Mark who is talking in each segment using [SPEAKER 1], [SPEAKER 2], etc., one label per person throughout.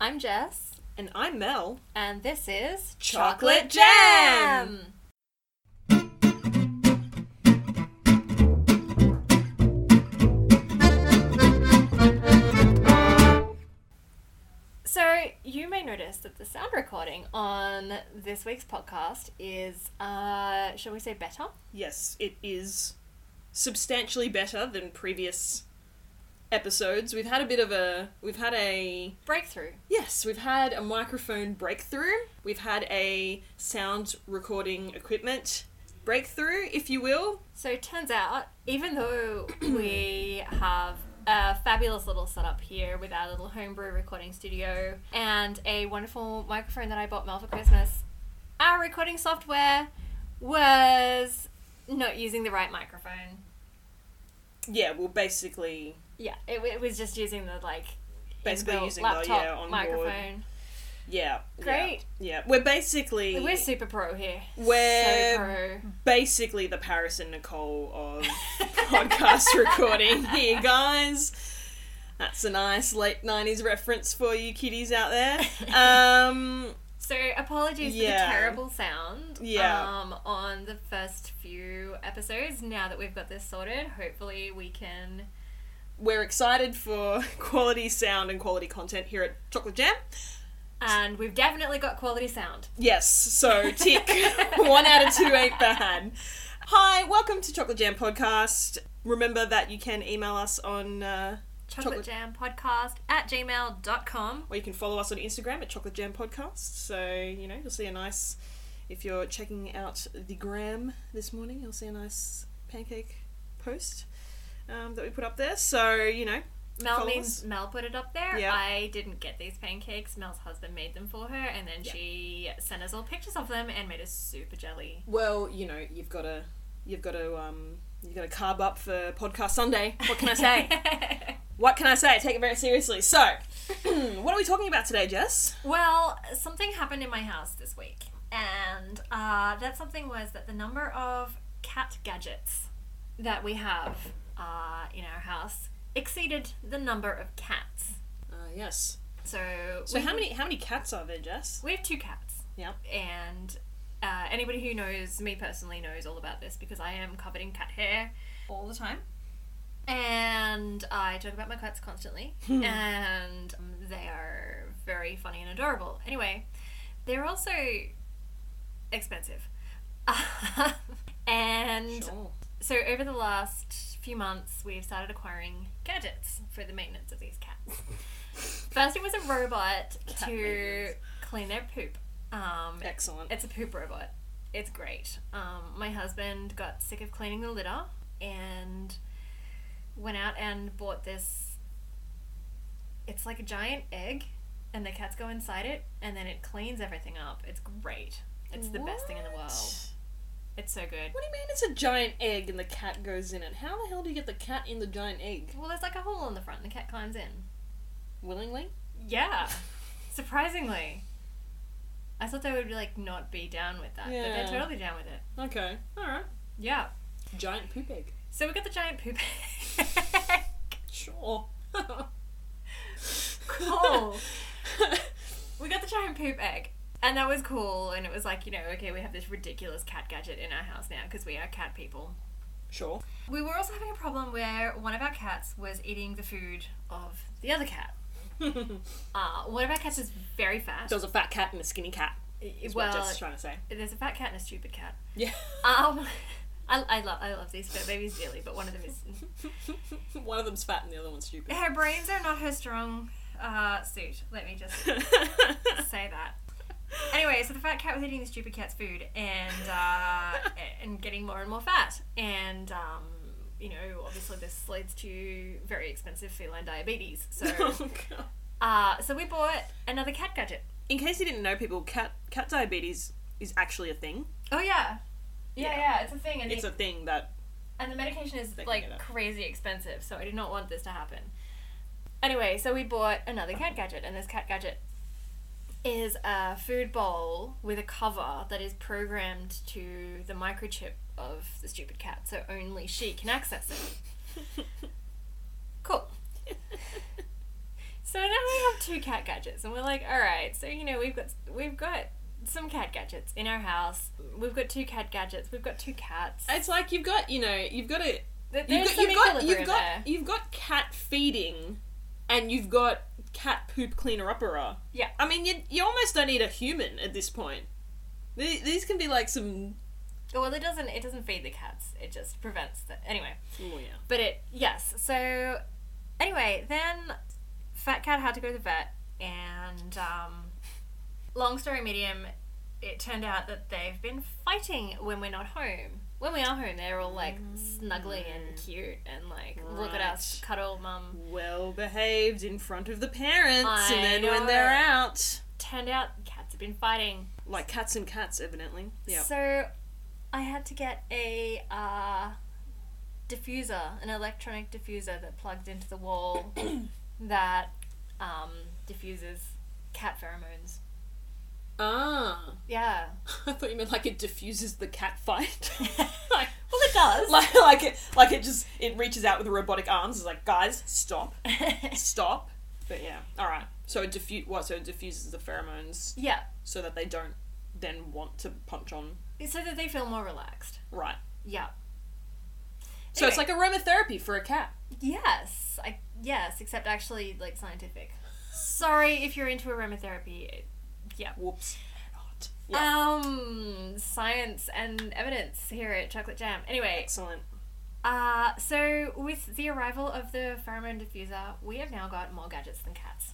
[SPEAKER 1] I'm Jess,
[SPEAKER 2] And I'm Mel.
[SPEAKER 1] and this is
[SPEAKER 2] Chocolate Jam!
[SPEAKER 1] So, you may notice that the sound recording on this week's podcast is, uh, shall we say, better?
[SPEAKER 2] Yes, it is substantially better than previous episodes. We've had a bit of a we've had a
[SPEAKER 1] Breakthrough.
[SPEAKER 2] yes, we've had a microphone breakthrough. We've had a sound recording equipment breakthrough, if you will.
[SPEAKER 1] So it turns out, even though we have a fabulous little setup here with our little homebrew recording studio and a wonderful microphone that I bought Mel for Christmas, our recording software was not using the right microphone.
[SPEAKER 2] Yeah, well basically
[SPEAKER 1] Yeah, it, it was just using the like
[SPEAKER 2] Basically
[SPEAKER 1] inbuilt
[SPEAKER 2] using the,
[SPEAKER 1] laptop
[SPEAKER 2] yeah, onboard.
[SPEAKER 1] microphone.
[SPEAKER 2] yeah. yeah,
[SPEAKER 1] Great.
[SPEAKER 2] Yeah. We're basically
[SPEAKER 1] We're super pro here.
[SPEAKER 2] We're-
[SPEAKER 1] so pro.
[SPEAKER 2] basically the Paris and Nicole of podcast recording here, guys. That's a nice late '90s reference for you kiddies out there. Um,
[SPEAKER 1] So apologies for
[SPEAKER 2] Yeah.
[SPEAKER 1] the terrible sound.
[SPEAKER 2] Yeah.
[SPEAKER 1] Um, on the first few episodes. Now that we've got this sorted, hopefully we can.
[SPEAKER 2] we're excited for quality sound and quality content here at Chocolate Jam.
[SPEAKER 1] And we've definitely got quality sound.
[SPEAKER 2] Yes, so tick one out of two ain't bad. Hi, welcome to Chocolate Jam Podcast. Remember that you can email us on, uh,
[SPEAKER 1] Chocolate,
[SPEAKER 2] Chocolate-
[SPEAKER 1] jam podcast at gmail.com.
[SPEAKER 2] or you can follow us on Instagram at Chocolate Jam Podcast. So you know you'll see a nice, if you're checking out the gram this morning, you'll see a nice pancake post um, that we put up there. So you know,
[SPEAKER 1] Mel
[SPEAKER 2] Follow
[SPEAKER 1] means
[SPEAKER 2] us.
[SPEAKER 1] Mel put it up there.
[SPEAKER 2] Yeah.
[SPEAKER 1] I didn't get these pancakes. Mel's husband made them for her, and then
[SPEAKER 2] Yeah.
[SPEAKER 1] she sent us all pictures of them and made us super jelly.
[SPEAKER 2] well, you know you've got to, you've got to, um, you've got to carb up for podcast Sunday. What can I say? what can I say? I take it very seriously. So, what are we talking about today, Jess?
[SPEAKER 1] Well, something happened in my house this week, and uh, that something was that the number of cat gadgets that we have uh, in our house exceeded the number of cats.
[SPEAKER 2] Uh, yes.
[SPEAKER 1] So,
[SPEAKER 2] So
[SPEAKER 1] we-
[SPEAKER 2] how many how many cats are there, Jess?
[SPEAKER 1] We have two cats.
[SPEAKER 2] Yep.
[SPEAKER 1] And uh, anybody who knows me personally knows all about this because I am covered in cat hair all the time. And I talk about my cats constantly,
[SPEAKER 2] Hmm.
[SPEAKER 1] and they are very funny and adorable. Anyway, they're also expensive. and
[SPEAKER 2] Sure.
[SPEAKER 1] so, over the last few months, we've started acquiring gadgets for the maintenance of these cats. First, it was a robot
[SPEAKER 2] Cat
[SPEAKER 1] to
[SPEAKER 2] maintenance.
[SPEAKER 1] clean their poop. Um,
[SPEAKER 2] Excellent.
[SPEAKER 1] it's a poop robot. It's great. Um, my husband got sick of cleaning the litter and went out and bought this. It's like a giant egg, and the cats go inside it, and then it cleans everything up. It's great. It's the best thing in the world.
[SPEAKER 2] What?
[SPEAKER 1] It's so good.
[SPEAKER 2] What do you mean it's a giant egg and the cat goes in it? How the hell do you get the cat in the giant egg?
[SPEAKER 1] Well, there's like a hole in the front, and the cat climbs in.
[SPEAKER 2] Willingly?
[SPEAKER 1] Yeah, surprisingly. I thought they would like not be down with that, but
[SPEAKER 2] Yeah.
[SPEAKER 1] they're totally down with it.
[SPEAKER 2] Okay. Alright.
[SPEAKER 1] Yeah.
[SPEAKER 2] Giant poop egg.
[SPEAKER 1] So we got the giant poop.
[SPEAKER 2] Sure.
[SPEAKER 1] cool. we got the giant poop egg. And that was cool. And it was like, you know, okay, we have this ridiculous cat gadget in our house now because we are cat people.
[SPEAKER 2] sure.
[SPEAKER 1] We were also having a problem where one of our cats was eating the food of the other cat.
[SPEAKER 2] there
[SPEAKER 1] Uh, one of our cats is very fat.
[SPEAKER 2] was a fat cat and a skinny cat. Is
[SPEAKER 1] well,
[SPEAKER 2] what Jess is trying to say.
[SPEAKER 1] there's a fat cat and a stupid cat.
[SPEAKER 2] Yeah.
[SPEAKER 1] Um, I, I love I love these fur babies dearly, but one of them is
[SPEAKER 2] One of them's fat and the other one's stupid.
[SPEAKER 1] her brains are not her strong uh, suit. Let me just say that. Anyway, so the fat cat was eating the stupid cat's food and uh, and getting more and more fat, and um, you know, obviously this leads to very expensive feline diabetes. So,
[SPEAKER 2] Oh, God.
[SPEAKER 1] uh, so we bought another cat gadget.
[SPEAKER 2] In case you didn't know, people, cat cat diabetes is actually a thing.
[SPEAKER 1] Oh yeah. Yeah,
[SPEAKER 2] Yeah.
[SPEAKER 1] yeah, it's a thing, and,
[SPEAKER 2] It's
[SPEAKER 1] the,
[SPEAKER 2] a thing that
[SPEAKER 1] and the medication is
[SPEAKER 2] They can get
[SPEAKER 1] like
[SPEAKER 2] it.
[SPEAKER 1] crazy expensive, so I did not want this to happen. Anyway, so we bought another cat gadget, and this cat gadget is a food bowl with a cover that is programmed to the microchip of the stupid cat, so only she can access it. Cool. So now we have two cat gadgets, and we're like, all right. So you know, we've got we've got some cat gadgets in our house. We've got two cat gadgets. We've got two cats.
[SPEAKER 2] It's like you've got, you know, you've got a
[SPEAKER 1] Th-
[SPEAKER 2] you've
[SPEAKER 1] There's
[SPEAKER 2] got,
[SPEAKER 1] some
[SPEAKER 2] you've got,
[SPEAKER 1] equilibrium
[SPEAKER 2] you've got,
[SPEAKER 1] there.
[SPEAKER 2] you've got cat feeding, and you've got cat poop cleaner upperer.
[SPEAKER 1] Yeah.
[SPEAKER 2] I mean, you you almost don't need a human at this point. The- These can be like some.
[SPEAKER 1] Well, it doesn't. It doesn't feed the cats. It just prevents the anyway.
[SPEAKER 2] Oh yeah.
[SPEAKER 1] But it yes. So anyway, then Fat Cat had to go to the vet, and um, long story medium, it turned out that they've been fighting when we're not home. When we are home, they're all like snuggly and cute and like look at us,
[SPEAKER 2] Right.
[SPEAKER 1] cuddle, mum.
[SPEAKER 2] Well behaved in front of the parents,
[SPEAKER 1] I
[SPEAKER 2] and then
[SPEAKER 1] know
[SPEAKER 2] when they're
[SPEAKER 1] it.
[SPEAKER 2] out,
[SPEAKER 1] Turned out cats have been fighting.
[SPEAKER 2] like cats and cats, evidently. Yeah.
[SPEAKER 1] So I had to get a uh, diffuser, an electronic diffuser that plugs into the wall that um, diffuses cat pheromones.
[SPEAKER 2] Ah,
[SPEAKER 1] Yeah.
[SPEAKER 2] I thought you meant like it diffuses the cat fight.
[SPEAKER 1] well, it does.
[SPEAKER 2] like like it like it just it reaches out with robotic arms. It's like guys, stop, stop. But yeah, all right. So it diffu- what? So it diffuses the pheromones
[SPEAKER 1] yeah.
[SPEAKER 2] so that they don't then want to punch on.
[SPEAKER 1] So that they feel more relaxed.
[SPEAKER 2] Right.
[SPEAKER 1] Yeah.
[SPEAKER 2] So it's like aromatherapy for a cat.
[SPEAKER 1] Yes. I, yes, except actually, like, scientific. Sorry if you're into aromatherapy. It- yeah.
[SPEAKER 2] Whoops. Not. Yeah.
[SPEAKER 1] Um, science and evidence here at Chocolate Jam. Anyway,
[SPEAKER 2] Excellent.
[SPEAKER 1] Uh, so with the arrival of the pheromone diffuser, we have now got more gadgets than cats.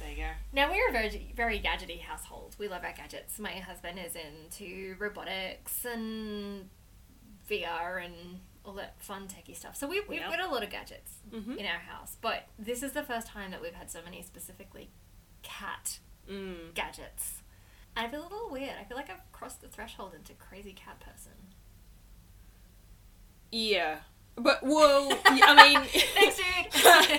[SPEAKER 2] There you go.
[SPEAKER 1] Now we're a very very gadgety household. We love our gadgets. My husband is into robotics and VR and all that fun techie stuff. So we, we've
[SPEAKER 2] Yeah.
[SPEAKER 1] got a lot of gadgets
[SPEAKER 2] Mhm.
[SPEAKER 1] in our house, but this is the first time that we've had so many specifically cat
[SPEAKER 2] Mm.
[SPEAKER 1] gadgets. I feel a little weird. I feel like I've crossed the threshold into crazy cat person.
[SPEAKER 2] Yeah. But well, y- I mean.
[SPEAKER 1] Thanks,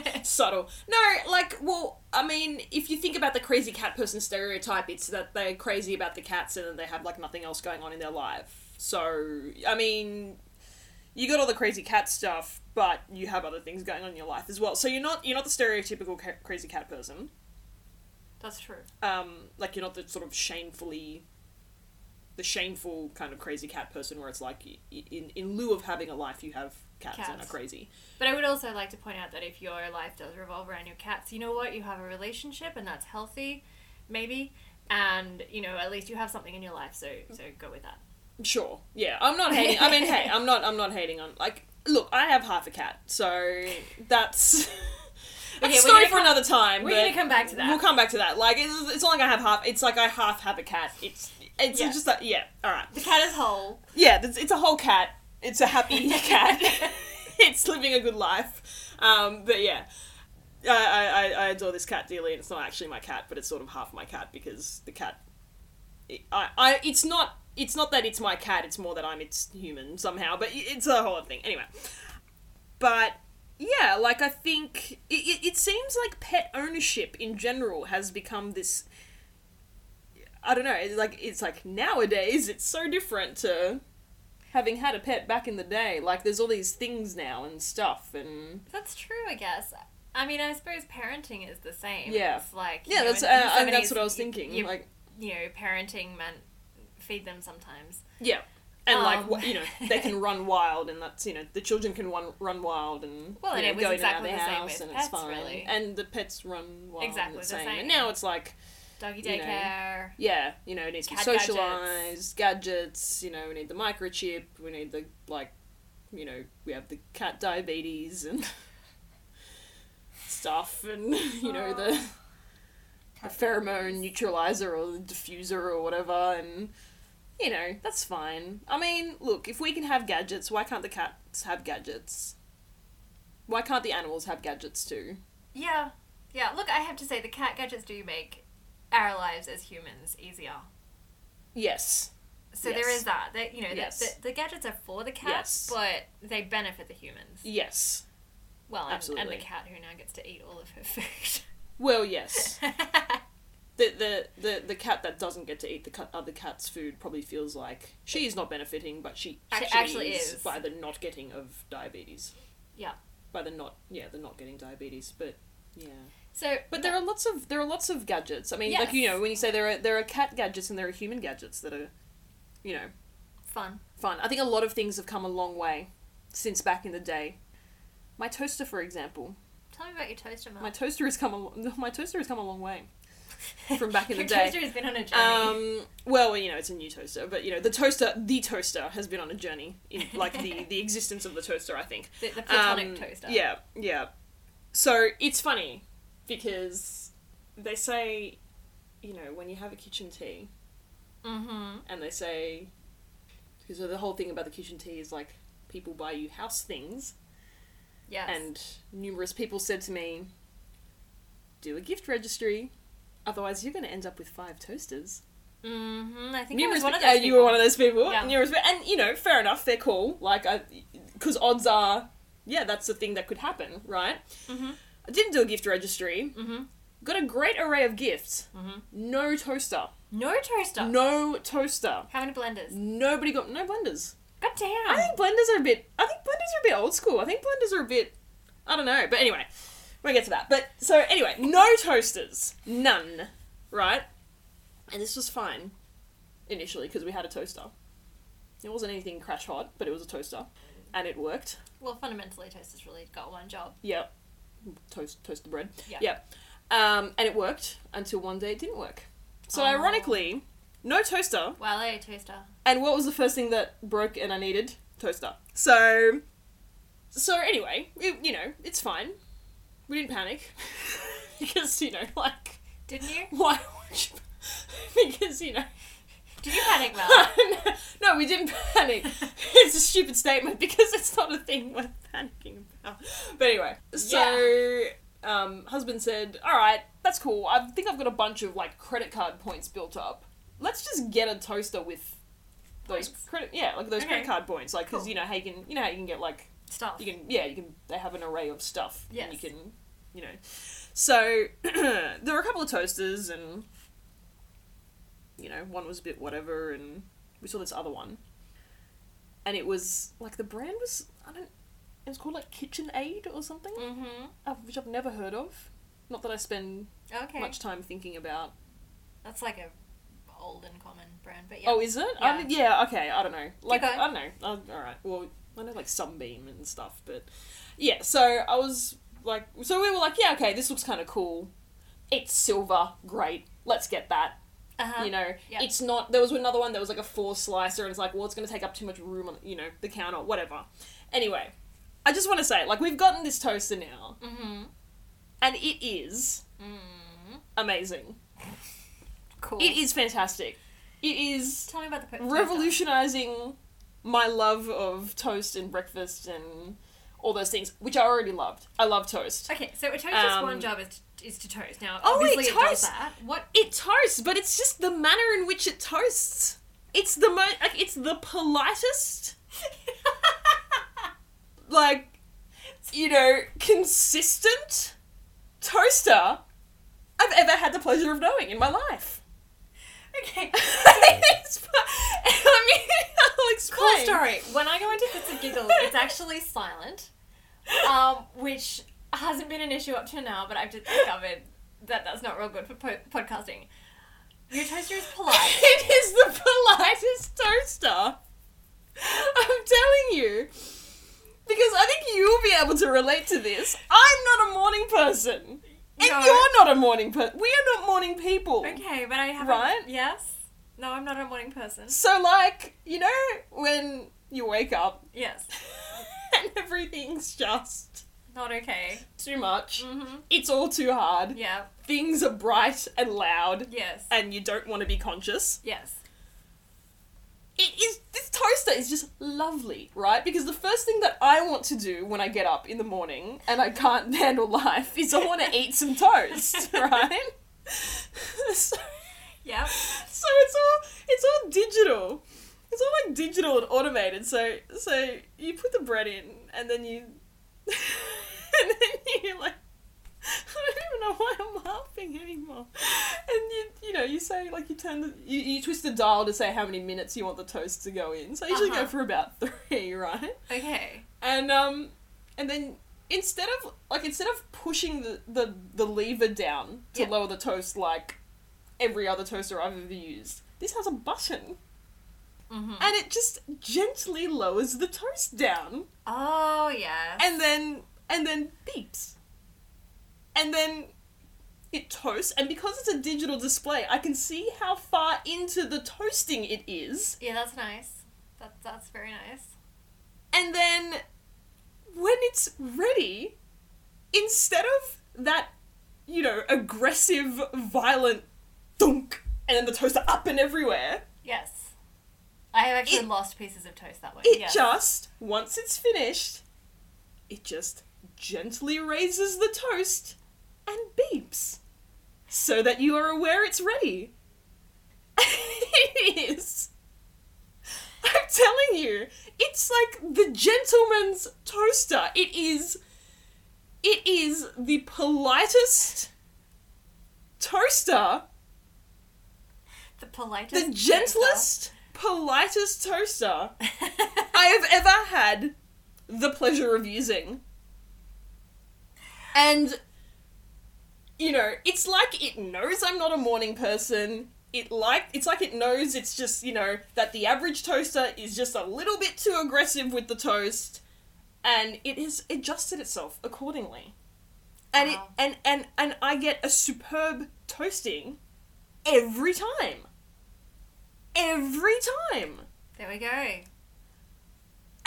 [SPEAKER 1] dude.
[SPEAKER 2] Subtle. No, like, well, I mean, if you think about the crazy cat person stereotype, it's that they're crazy about the cats and that they have, like, nothing else going on in their life. So, I mean, you got all the crazy cat stuff, but you have other things going on in your life as well. So you're not you're not the stereotypical ca- crazy cat person.
[SPEAKER 1] That's true.
[SPEAKER 2] Um, like you're not the sort of shamefully, the shameful kind of crazy cat person where it's like y- y- in in lieu of having a life, you have cats, and are
[SPEAKER 1] Cats.
[SPEAKER 2] crazy.
[SPEAKER 1] But I would also like to point out that if your life does revolve around your cats, you know what? You have a relationship and that's healthy, maybe. And, you know, at least you have something in your life, so so go with that.
[SPEAKER 2] Sure. Yeah. I'm not hating. I mean, hey, I'm not. I'm not hating on. Like, look, I have half a cat, so that's.
[SPEAKER 1] Okay,
[SPEAKER 2] It's
[SPEAKER 1] we're
[SPEAKER 2] a story
[SPEAKER 1] gonna
[SPEAKER 2] for
[SPEAKER 1] come-
[SPEAKER 2] another time.
[SPEAKER 1] we're gonna
[SPEAKER 2] but
[SPEAKER 1] come back to that.
[SPEAKER 2] We'll come back to that. Like, it's, it's not like I have half. It's like I half have a cat. It's it's
[SPEAKER 1] Yeah.
[SPEAKER 2] just like yeah. All right.
[SPEAKER 1] The cat is whole.
[SPEAKER 2] Yeah. It's, it's a whole cat. It's a happy cat. it's living a good life. Um. But yeah. I, I, I adore this cat dearly, and it's not actually my cat, but it's sort of half my cat because the cat I, I, it's not, it's not that it's my cat. It's more that I'm its human somehow. But i- it's a whole other thing. Anyway, but yeah, like I think it, it, it seems like pet ownership in general has become this. I don't know. Like it's like nowadays, it's so different to having had a pet back in the day. Like there's all these things now and stuff, and
[SPEAKER 1] That's true, I guess. I mean, I suppose parenting is the same.
[SPEAKER 2] Yeah.
[SPEAKER 1] It's like, you
[SPEAKER 2] yeah,
[SPEAKER 1] know,
[SPEAKER 2] that's
[SPEAKER 1] in- in the
[SPEAKER 2] uh, and that's
[SPEAKER 1] 70s,
[SPEAKER 2] what I was
[SPEAKER 1] you-
[SPEAKER 2] thinking.
[SPEAKER 1] You,
[SPEAKER 2] like
[SPEAKER 1] you know, parenting meant feed them sometimes.
[SPEAKER 2] Yeah. And like
[SPEAKER 1] Um.
[SPEAKER 2] like you know, they can run wild, and that's you know the children can run run wild and
[SPEAKER 1] Well, and
[SPEAKER 2] you know,
[SPEAKER 1] it was
[SPEAKER 2] go
[SPEAKER 1] exactly
[SPEAKER 2] in
[SPEAKER 1] the
[SPEAKER 2] and out of
[SPEAKER 1] same
[SPEAKER 2] the house,
[SPEAKER 1] with pets,
[SPEAKER 2] and it's fine.
[SPEAKER 1] really.
[SPEAKER 2] And the pets run wild.
[SPEAKER 1] Exactly
[SPEAKER 2] Exactly
[SPEAKER 1] the
[SPEAKER 2] the same.
[SPEAKER 1] same.
[SPEAKER 2] And now it's like
[SPEAKER 1] Doggy
[SPEAKER 2] You know.
[SPEAKER 1] daycare.
[SPEAKER 2] yeah, you know, it needs to be
[SPEAKER 1] Cat gadgets.
[SPEAKER 2] socialized, gadgets. You know, we need the microchip. We need the like, you know, we have the cat diabetes and stuff, and you know the a pheromone neutralizer or the diffuser or whatever, and you know that's fine. I mean, look, if we can have gadgets, why can't the cats have gadgets? Why can't the animals have gadgets too?
[SPEAKER 1] Yeah. Yeah. Look, I have to say, the cat gadgets do make our lives as humans easier.
[SPEAKER 2] Yes,
[SPEAKER 1] So there
[SPEAKER 2] Yes.
[SPEAKER 1] is that. That you know, the-
[SPEAKER 2] Yes.
[SPEAKER 1] the, the gadgets are for the cats,
[SPEAKER 2] Yes.
[SPEAKER 1] but they benefit the humans.
[SPEAKER 2] yes.
[SPEAKER 1] Well, and, and the
[SPEAKER 2] Absolutely.
[SPEAKER 1] cat who now gets to eat all of her food.
[SPEAKER 2] Well, yes. the, the the the cat that doesn't get to eat the cat, other cat's food probably feels like she is not benefiting, but she actually,
[SPEAKER 1] actually
[SPEAKER 2] is,
[SPEAKER 1] is.
[SPEAKER 2] by the not getting of diabetes.
[SPEAKER 1] Yeah.
[SPEAKER 2] By the not yeah the not getting diabetes, but yeah.
[SPEAKER 1] So,
[SPEAKER 2] But there are lots of there are lots of gadgets. I mean, like you
[SPEAKER 1] Yes.
[SPEAKER 2] know, when you say there are there are cat gadgets and there are human gadgets that are, you know,
[SPEAKER 1] fun.
[SPEAKER 2] fun. I think a lot of things have come a long way since back in the day. My toaster, for example,
[SPEAKER 1] Tell me about your toaster, Mel.
[SPEAKER 2] my toaster has come a lo- my toaster has come a long way from back in the
[SPEAKER 1] your
[SPEAKER 2] day.
[SPEAKER 1] toaster has been on a journey.
[SPEAKER 2] Um, well, you know, it's a new toaster, but you know, the toaster, the toaster has been on a journey in like the the existence of the toaster, I think.
[SPEAKER 1] the, the platonic
[SPEAKER 2] Um,
[SPEAKER 1] toaster.
[SPEAKER 2] Yeah, yeah. So it's funny because they say, you know, when you have a kitchen tea,
[SPEAKER 1] Mm-hmm.
[SPEAKER 2] and they say, because the whole thing about the kitchen tea is like people buy you house things,
[SPEAKER 1] Yes.
[SPEAKER 2] and numerous people said to me, do a gift registry, otherwise you're going to end up with five toasters.
[SPEAKER 1] mm-hmm. I think I was
[SPEAKER 2] numerous
[SPEAKER 1] one of
[SPEAKER 2] pe- uh,
[SPEAKER 1] those.
[SPEAKER 2] you were one
[SPEAKER 1] people.
[SPEAKER 2] of those people.
[SPEAKER 1] Yeah.
[SPEAKER 2] Numerous, pe- and you know, fair enough. They're cool. Like, I, because odds are, yeah, that's the thing that could happen, right?
[SPEAKER 1] Mhm.
[SPEAKER 2] I didn't do a gift registry.
[SPEAKER 1] Mhm.
[SPEAKER 2] Got a great array of gifts.
[SPEAKER 1] Mhm.
[SPEAKER 2] No toaster.
[SPEAKER 1] No toaster.
[SPEAKER 2] No toaster.
[SPEAKER 1] How many blenders?
[SPEAKER 2] Nobody got no blenders.
[SPEAKER 1] God damn.
[SPEAKER 2] I think blenders are a bit. I think blenders are a bit old school. I think blenders are a bit. I don't know, but anyway, we'll get to that. But so anyway, no toasters, none, right? And this was fine initially because we had a toaster. It wasn't anything crash hot, but it was a toaster, and it worked.
[SPEAKER 1] Well, fundamentally, toasters really got one job.
[SPEAKER 2] Yep, toast toast the bread.
[SPEAKER 1] Yeah.
[SPEAKER 2] Yep, um, and it worked until one day it didn't work. So
[SPEAKER 1] Oh.
[SPEAKER 2] ironically, no toaster.
[SPEAKER 1] Wale toaster.
[SPEAKER 2] And what was the first thing that broke and I needed? Toaster. So, so anyway, it, you know, it's fine. We didn't panic because you know, like,
[SPEAKER 1] Didn't you?
[SPEAKER 2] why would you? because you know,
[SPEAKER 1] Did you panic, Mel?
[SPEAKER 2] no, we didn't panic. it's a stupid statement because it's not a thing worth panicking about. But anyway, so um, husband said, "All right, that's cool. I think I've got a bunch of like credit card points built up. Let's just get a toaster with those
[SPEAKER 1] Points.
[SPEAKER 2] credit, yeah, like those
[SPEAKER 1] Okay.
[SPEAKER 2] credit card points, like because
[SPEAKER 1] Cool.
[SPEAKER 2] you know how you can, you know how you can get like
[SPEAKER 1] Stuff.
[SPEAKER 2] you can, yeah, you can. They have an array of stuff. and
[SPEAKER 1] Yes.
[SPEAKER 2] you can, you know. So there were a couple of toasters, and you know, one was a bit whatever, and we saw this other one, and it was like the brand was I don't. It was called like Kitchen Aid or something,
[SPEAKER 1] Mm-hmm.
[SPEAKER 2] uh, which I've never heard of. Not that I spend
[SPEAKER 1] Okay.
[SPEAKER 2] much time thinking about.
[SPEAKER 1] That's like a old and common brand, but yeah.
[SPEAKER 2] Oh, is it? I
[SPEAKER 1] Yeah.
[SPEAKER 2] mean, yeah. Okay. I don't know. Like
[SPEAKER 1] going.
[SPEAKER 2] I don't know. Um, all right. Well, I know like sunbeam and stuff, but yeah. So I was like, so we were like, yeah, okay, this looks kind of cool. It's silver. Great. Let's get that.
[SPEAKER 1] uh-huh.
[SPEAKER 2] you know,
[SPEAKER 1] yeah.
[SPEAKER 2] it's not. There was another one that was like a four slicer, and it's like, well, it's going to take up too much room on, you know, the counter, whatever. Anyway, I just want to say, like, we've gotten this toaster now,
[SPEAKER 1] Mm-hmm.
[SPEAKER 2] and it is
[SPEAKER 1] Mm-hmm.
[SPEAKER 2] amazing.
[SPEAKER 1] Cool.
[SPEAKER 2] It is fantastic. It is
[SPEAKER 1] Tell me about the po- toaster.
[SPEAKER 2] revolutionizing my love of toast and breakfast and all those things, which I already loved. I love toast.
[SPEAKER 1] Okay, so a toaster's
[SPEAKER 2] Um,
[SPEAKER 1] one job is to, is to toast. Now,
[SPEAKER 2] Oh, wait,
[SPEAKER 1] obviously, it does
[SPEAKER 2] toast!
[SPEAKER 1] that. What?
[SPEAKER 2] It toasts, but it's just the manner in which it toasts. It's the most. Like, it's the politest. like, you know, consistent toaster I've ever had the pleasure of knowing in my life.
[SPEAKER 1] okay.
[SPEAKER 2] It's fu- I mean, I'll explain.
[SPEAKER 1] Cool story. When I go into fits and giggles, it's actually silent, um, which hasn't been an issue up to now, but I've just discovered that that's not real good for po- podcasting. Your toaster is polite.
[SPEAKER 2] It is the politest toaster. I'm telling you. Because I think you'll be able to relate to this. I'm not a morning person. And
[SPEAKER 1] No.
[SPEAKER 2] you're not a morning person. We are not morning people.
[SPEAKER 1] Okay, but I haven't.
[SPEAKER 2] Right?
[SPEAKER 1] Yes. No, I'm not a morning person.
[SPEAKER 2] So, like, you know, when you wake up
[SPEAKER 1] Yes.
[SPEAKER 2] and everything's just
[SPEAKER 1] Not okay.
[SPEAKER 2] too much,
[SPEAKER 1] Mm-hmm.
[SPEAKER 2] it's all too hard,
[SPEAKER 1] Yeah.
[SPEAKER 2] things are bright and loud,
[SPEAKER 1] Yes.
[SPEAKER 2] and you don't want to be conscious.
[SPEAKER 1] Yes.
[SPEAKER 2] it is this toaster is just lovely, right? Because the first thing that I want to do when I get up in the morning and I can't handle life is I want to eat some toast, right? so,
[SPEAKER 1] Yep.
[SPEAKER 2] so it's all it's all digital. It's all like digital and automated. So so you put the bread in and then you and then you like I don't even know why I'm laughing anymore. And you you know, you say like you turn the you, you twist the dial to say how many minutes you want the toast to go in. So I usually
[SPEAKER 1] Uh-huh.
[SPEAKER 2] go for about three, right?
[SPEAKER 1] Okay.
[SPEAKER 2] And um and then it instead of like instead of pushing the the, the lever down to
[SPEAKER 1] Yeah.
[SPEAKER 2] lower the toast like every other toaster I've ever used, this has a button
[SPEAKER 1] Mhm.
[SPEAKER 2] and it just gently lowers the toast down
[SPEAKER 1] Oh yeah.
[SPEAKER 2] and then and then beeps. And then it toasts and because it's a digital display, I can see how far into the toasting it is.
[SPEAKER 1] yeah, that's nice. That that's very nice.
[SPEAKER 2] And then when it's ready, instead of that, you know, aggressive, violent thunk and then the toaster up and everywhere,
[SPEAKER 1] Yes. I have actually
[SPEAKER 2] It-
[SPEAKER 1] lost pieces of toast that way.
[SPEAKER 2] it
[SPEAKER 1] yes.
[SPEAKER 2] just, once it's finished, it just gently raises the toast and beeps so that you are aware it's ready. it is. I'm telling you, it's like the gentleman's toaster. It is. It is the politest toaster,
[SPEAKER 1] the politest
[SPEAKER 2] the gentlest, politest toaster I have ever had the pleasure of using. And, you know, it's like it knows I'm not a morning person. It like it's like it knows it's just you know that the average toaster is just a little bit too aggressive with the toast, and it has adjusted itself accordingly. And
[SPEAKER 1] Wow.
[SPEAKER 2] it and and and I get a superb toasting every time. Every time.
[SPEAKER 1] there we go.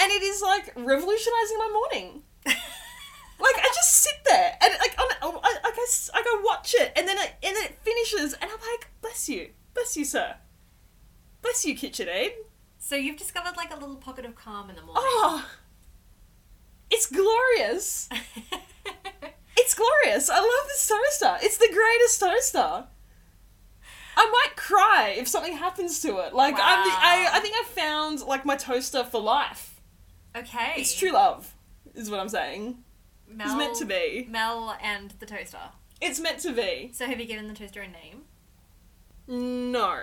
[SPEAKER 2] And it is like revolutionizing my morning. Like I just sit there and like on, I, like I s- like I watch it and then it and then it finishes and I'm like, bless you, bless you, sir, bless you, KitchenAid.
[SPEAKER 1] so you've discovered like a little pocket of calm in the morning.
[SPEAKER 2] Oh, it's glorious. It's glorious. I love this toaster. It's the greatest toaster. I might cry if something happens to it. Like I'm the, I,
[SPEAKER 1] Wow.
[SPEAKER 2] I think I found like my toaster for life.
[SPEAKER 1] okay.
[SPEAKER 2] It's true love, is what I'm saying.
[SPEAKER 1] Mel,
[SPEAKER 2] It's meant to be.
[SPEAKER 1] Mel and the toaster.
[SPEAKER 2] It's meant to be.
[SPEAKER 1] So have you given the toaster a name?
[SPEAKER 2] No.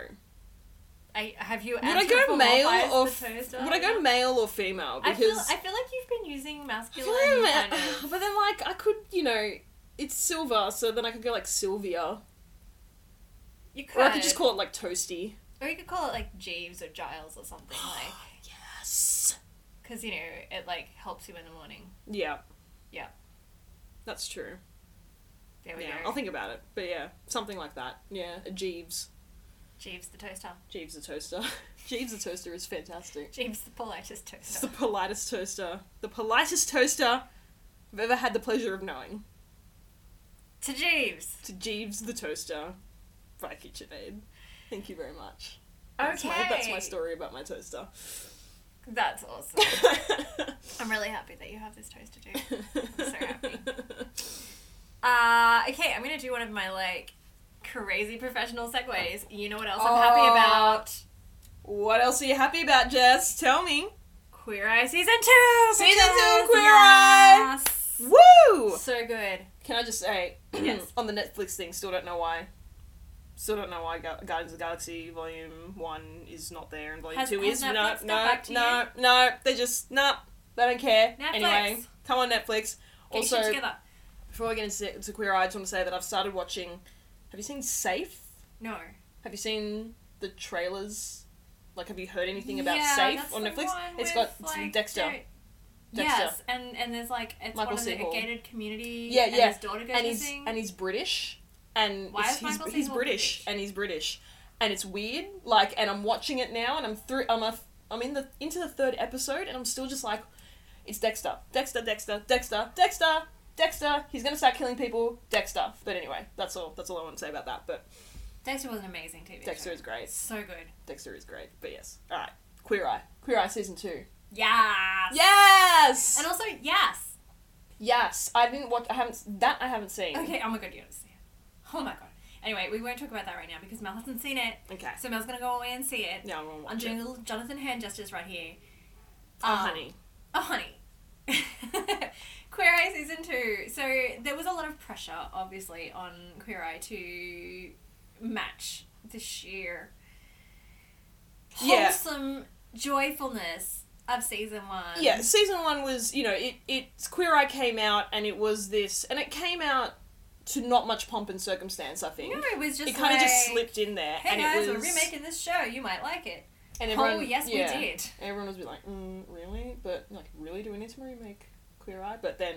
[SPEAKER 1] I, have you
[SPEAKER 2] Would I go male
[SPEAKER 1] anthropomorphized
[SPEAKER 2] or
[SPEAKER 1] the
[SPEAKER 2] f-
[SPEAKER 1] toaster?
[SPEAKER 2] would I go male or female?
[SPEAKER 1] I feel,
[SPEAKER 2] Because
[SPEAKER 1] I feel like you've been using
[SPEAKER 2] I
[SPEAKER 1] masculine.
[SPEAKER 2] feel like I'm-
[SPEAKER 1] kind of-
[SPEAKER 2] but then like I could you know it's silver, so then I could go like Sylvia,
[SPEAKER 1] you could.
[SPEAKER 2] or I could just call it like Toasty.
[SPEAKER 1] Or you could call it like Jeeves or Giles or something like,
[SPEAKER 2] Yes.
[SPEAKER 1] because you know it like helps you in the morning.
[SPEAKER 2] Yeah.
[SPEAKER 1] Yeah.
[SPEAKER 2] That's true.
[SPEAKER 1] There we
[SPEAKER 2] Yeah,
[SPEAKER 1] go.
[SPEAKER 2] I'll think about it. But yeah, something like that. Yeah, a Jeeves.
[SPEAKER 1] Jeeves the toaster.
[SPEAKER 2] Jeeves the toaster. Jeeves the toaster is fantastic.
[SPEAKER 1] Jeeves the politest
[SPEAKER 2] It's
[SPEAKER 1] toaster.
[SPEAKER 2] the politest toaster. The politest toaster I've ever had the pleasure of knowing.
[SPEAKER 1] to Jeeves.
[SPEAKER 2] To Jeeves the toaster by KitchenAid. Thank you very much.
[SPEAKER 1] Okay.
[SPEAKER 2] That's my, that's my story about my toaster.
[SPEAKER 1] That's awesome. I'm really happy that you have this toaster too. so happy. Uh, okay, I'm gonna do one of my like crazy professional segues. You know what else I'm happy
[SPEAKER 2] Oh.
[SPEAKER 1] about?
[SPEAKER 2] What else are you happy about, Jess? Tell me.
[SPEAKER 1] Queer Eye season two.
[SPEAKER 2] Season
[SPEAKER 1] bitches!
[SPEAKER 2] two, Queer Eye!
[SPEAKER 1] Yes.
[SPEAKER 2] Woo!
[SPEAKER 1] So good.
[SPEAKER 2] Can I just say,
[SPEAKER 1] Yes.
[SPEAKER 2] on the Netflix thing, still don't know why. Still don't know why Gu- Guardians of the Galaxy Volume 1 is not there and Volume
[SPEAKER 1] Has-
[SPEAKER 2] 2
[SPEAKER 1] has
[SPEAKER 2] is. No,
[SPEAKER 1] Netflix got
[SPEAKER 2] no,
[SPEAKER 1] back to
[SPEAKER 2] no, no. They just, no. They don't care.
[SPEAKER 1] Netflix.
[SPEAKER 2] Anyway, come on, Netflix.
[SPEAKER 1] Get your
[SPEAKER 2] also,
[SPEAKER 1] shit together.
[SPEAKER 2] before we get into, into Queer Eye, I just want to say that I've started watching. Have you seen Safe?
[SPEAKER 1] No.
[SPEAKER 2] Have you seen the trailers? Like, have you heard anything about
[SPEAKER 1] Yeah,
[SPEAKER 2] Safe
[SPEAKER 1] that's
[SPEAKER 2] on
[SPEAKER 1] the
[SPEAKER 2] Netflix?
[SPEAKER 1] one
[SPEAKER 2] It's got
[SPEAKER 1] with,
[SPEAKER 2] it's
[SPEAKER 1] like,
[SPEAKER 2] Dexter.
[SPEAKER 1] Jared-
[SPEAKER 2] Dexter.
[SPEAKER 1] Yes, and and there's like it's
[SPEAKER 2] Michael
[SPEAKER 1] one of
[SPEAKER 2] C.
[SPEAKER 1] the
[SPEAKER 2] Hall.
[SPEAKER 1] gated community.
[SPEAKER 2] Yeah,
[SPEAKER 1] and
[SPEAKER 2] yeah.
[SPEAKER 1] His daughter goes
[SPEAKER 2] and he's
[SPEAKER 1] missing.
[SPEAKER 2] and he's British, and
[SPEAKER 1] Why
[SPEAKER 2] it's-
[SPEAKER 1] is
[SPEAKER 2] he's,
[SPEAKER 1] Michael
[SPEAKER 2] he's
[SPEAKER 1] Seymour
[SPEAKER 2] British,
[SPEAKER 1] British?
[SPEAKER 2] and he's British, and it's weird. Like, and I'm watching it now, and I'm through. I'm a, I'm in the into the third episode, and I'm still just like, it's Dexter, Dexter, Dexter, Dexter, Dexter, Dexter. He's gonna start killing people, Dexter. But anyway, that's all. That's all I want to say about that. But
[SPEAKER 1] Dexter was an amazing TV show.
[SPEAKER 2] Dexter is great.
[SPEAKER 1] so good.
[SPEAKER 2] Dexter is great. But yes, all right. Queer Eye, Queer Eye season two.
[SPEAKER 1] Yes.
[SPEAKER 2] Yes.
[SPEAKER 1] And also yes.
[SPEAKER 2] Yes, I didn't watch. I haven't that. I haven't seen.
[SPEAKER 1] Okay. Oh my god, you don't see it. Oh my god. Anyway, we won't talk about that right now because Mel hasn't seen it.
[SPEAKER 2] Okay.
[SPEAKER 1] So Mel's gonna go away and see it.
[SPEAKER 2] Yeah, I'm gonna
[SPEAKER 1] I'm
[SPEAKER 2] watch
[SPEAKER 1] doing
[SPEAKER 2] it.
[SPEAKER 1] little Jonathan hand gestures right here.
[SPEAKER 2] Oh,
[SPEAKER 1] Um,
[SPEAKER 2] honey.
[SPEAKER 1] Oh, honey. Queer Eye season two. So there was a lot of pressure, obviously, on Queer Eye to match the sheer
[SPEAKER 2] Yeah.
[SPEAKER 1] wholesome joyfulness of season one.
[SPEAKER 2] Yeah, season one was you know it it's Queer Eye came out and it was this and it came out to not much pomp and circumstance. I think
[SPEAKER 1] No, it was just
[SPEAKER 2] it kind of just
[SPEAKER 1] like,
[SPEAKER 2] slipped in there
[SPEAKER 1] Hey
[SPEAKER 2] and
[SPEAKER 1] guys,
[SPEAKER 2] it
[SPEAKER 1] we're
[SPEAKER 2] was
[SPEAKER 1] remaking this show. You might like it.
[SPEAKER 2] and
[SPEAKER 1] oh yes,
[SPEAKER 2] yeah,
[SPEAKER 1] we did.
[SPEAKER 2] Everyone was a bit like, mm, really, but like really, do we need to remake Queer Eye? But then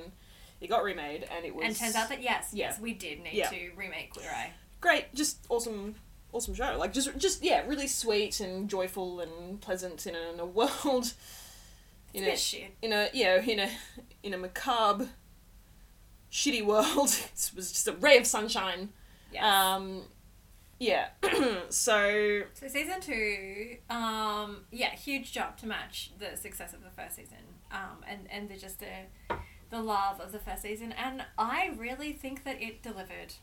[SPEAKER 2] it got remade and it was
[SPEAKER 1] And turns out that yes,
[SPEAKER 2] Yeah.
[SPEAKER 1] yes, we did need
[SPEAKER 2] Yeah.
[SPEAKER 1] to remake Queer Eye.
[SPEAKER 2] great, just awesome, awesome show. Like just, just yeah, really sweet and joyful and pleasant in a, in a world,
[SPEAKER 1] It's
[SPEAKER 2] in
[SPEAKER 1] a
[SPEAKER 2] a,
[SPEAKER 1] bit shit.
[SPEAKER 2] in a you know in a in a macabre, shitty world. it was just a ray of sunshine.
[SPEAKER 1] Yes.
[SPEAKER 2] Um, yeah. so
[SPEAKER 1] So season two, um, yeah, huge job to match the success of the first season, um, and and the just the the love of the first season, and I really think that it delivered.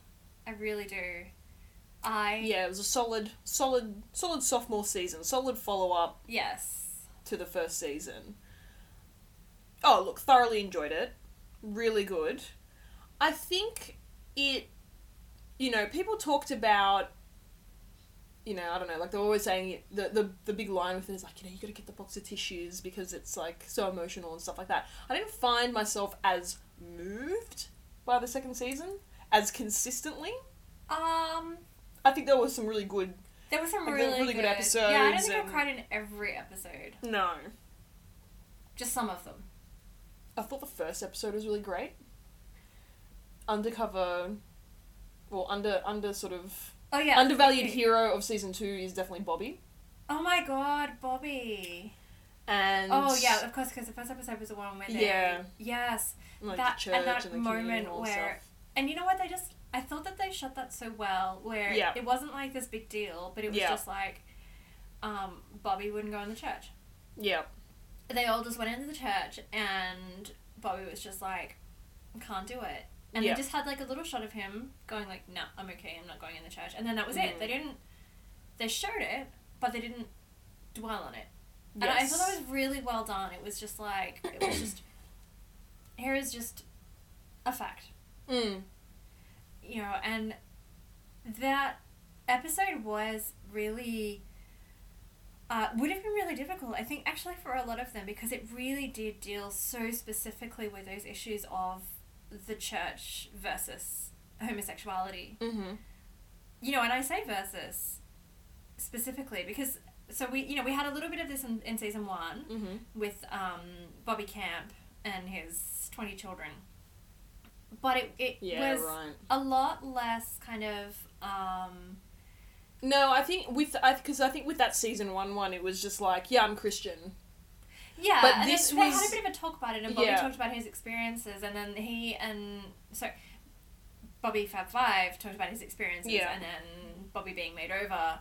[SPEAKER 1] I really do. I
[SPEAKER 2] yeah, it was a solid, solid, solid sophomore season. Solid follow up
[SPEAKER 1] yes,
[SPEAKER 2] to the first season. Oh, look, thoroughly enjoyed it. Really good. I think it, you know, people talked about, you know, I don't know, like they're always saying the, the, the big line with it is like, you know, you gotta get the box of tissues because it's like so emotional and stuff like that. I didn't find myself as moved by the second season as consistently.
[SPEAKER 1] um,
[SPEAKER 2] I think there was some really good.
[SPEAKER 1] there were some
[SPEAKER 2] Like, there were
[SPEAKER 1] really,
[SPEAKER 2] really good
[SPEAKER 1] Yeah, I don't
[SPEAKER 2] episodes
[SPEAKER 1] think I
[SPEAKER 2] and-
[SPEAKER 1] cried in every episode,
[SPEAKER 2] No.
[SPEAKER 1] just some of them.
[SPEAKER 2] I thought the first episode was really great. Undercover, well, under under sort of
[SPEAKER 1] Oh yeah,
[SPEAKER 2] undervalued hero of season two is definitely Bobby.
[SPEAKER 1] Oh my god, Bobby.
[SPEAKER 2] And
[SPEAKER 1] Oh yeah, of course, because the first episode was the one where they
[SPEAKER 2] Yeah.
[SPEAKER 1] yes.
[SPEAKER 2] like
[SPEAKER 1] that-
[SPEAKER 2] the
[SPEAKER 1] and
[SPEAKER 2] church and,
[SPEAKER 1] that
[SPEAKER 2] the moment
[SPEAKER 1] moment
[SPEAKER 2] and all
[SPEAKER 1] where-
[SPEAKER 2] stuff.
[SPEAKER 1] And you know what? They just I thought that they shot that so well, where
[SPEAKER 2] Yeah.
[SPEAKER 1] it wasn't like this big deal, but it was
[SPEAKER 2] Yeah.
[SPEAKER 1] just like um, Bobby wouldn't go in the church.
[SPEAKER 2] Yeah,
[SPEAKER 1] They all just went into the church, and Bobby was just like, "Can't do it." And
[SPEAKER 2] Yeah.
[SPEAKER 1] they just had like a little shot of him going like, "No, I'm okay. I'm not going in the church." And then that was it.
[SPEAKER 2] Mhm.
[SPEAKER 1] They didn't. They showed it, but they didn't dwell on it. And I
[SPEAKER 2] yes.
[SPEAKER 1] thought that was really well done. It was just like it was just here is just a fact
[SPEAKER 2] Mm.
[SPEAKER 1] you know, and that episode was really uh, would have been really difficult, I think, actually, for a lot of them because it really did deal so specifically with those issues of the church versus homosexuality.
[SPEAKER 2] Mhm.
[SPEAKER 1] You know, and I say versus specifically because so we you know we had a little bit of this in, in season one
[SPEAKER 2] Mhm.
[SPEAKER 1] with um, Bobby Camp and his twenty children, but it it
[SPEAKER 2] Yeah.
[SPEAKER 1] was
[SPEAKER 2] right.
[SPEAKER 1] a lot less kind of um
[SPEAKER 2] No, I think with I because I think with that season one one it was just like yeah I'm Christian.
[SPEAKER 1] yeah
[SPEAKER 2] But
[SPEAKER 1] and
[SPEAKER 2] this
[SPEAKER 1] they, they
[SPEAKER 2] was-
[SPEAKER 1] had a bit of a talk about it and bobby
[SPEAKER 2] Yeah.
[SPEAKER 1] talked about his experiences and then he and so bobby fab five talked about his experiences
[SPEAKER 2] Yeah.
[SPEAKER 1] and then bobby being made over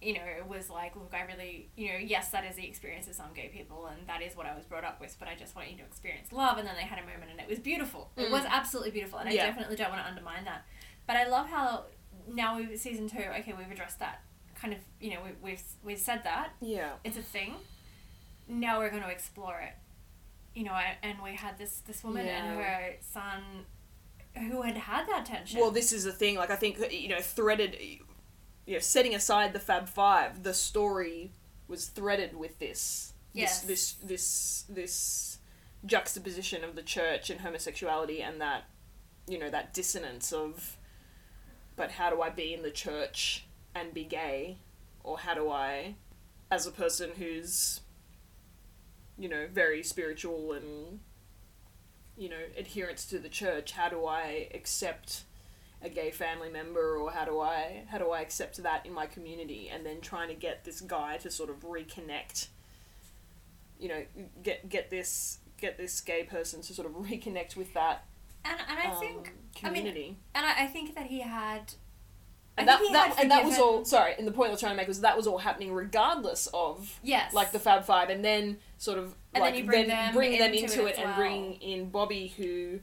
[SPEAKER 1] you know was like look i really you know yes that is the experience of some gay people and that is what i was brought up with but i just want you to experience love and then they had a moment and it was beautiful it
[SPEAKER 2] Mm.
[SPEAKER 1] was absolutely beautiful and
[SPEAKER 2] Yeah.
[SPEAKER 1] i definitely don't want to undermine that but i love how now we've season two okay we've addressed that kind of you know we, we've we've said that
[SPEAKER 2] Yeah.
[SPEAKER 1] it's a thing. Now we're going to explore it. You know, a- and we had this this woman and
[SPEAKER 2] Yeah.
[SPEAKER 1] her son who had had that tension.
[SPEAKER 2] Well, this is the thing. Like, I think you know, threaded. You know, setting aside the Fab Five, the story was threaded with this.
[SPEAKER 1] Yes.
[SPEAKER 2] This this this this juxtaposition of the church and homosexuality, and that you know that dissonance of. But how do I be in the church and be gay, or how do I, as a person who's. You know, very spiritual and. You know, adherence to the church. How do I accept? a gay family member or how do I how do I accept that in my community and then trying to get this guy to sort of reconnect you know get get this get this gay person to sort of reconnect with that
[SPEAKER 1] and and I
[SPEAKER 2] um,
[SPEAKER 1] think I mean,
[SPEAKER 2] community
[SPEAKER 1] and I, I think that he had I
[SPEAKER 2] and that,
[SPEAKER 1] think he
[SPEAKER 2] that
[SPEAKER 1] had
[SPEAKER 2] and that was
[SPEAKER 1] forgiven-
[SPEAKER 2] all sorry and the point I was trying to make was that was all happening regardless of
[SPEAKER 1] yes
[SPEAKER 2] like the Fab Five, and then sort of
[SPEAKER 1] And then
[SPEAKER 2] like
[SPEAKER 1] you bring them
[SPEAKER 2] bring them
[SPEAKER 1] into
[SPEAKER 2] into
[SPEAKER 1] it
[SPEAKER 2] it,
[SPEAKER 1] as
[SPEAKER 2] and
[SPEAKER 1] well.
[SPEAKER 2] bring in Bobby, who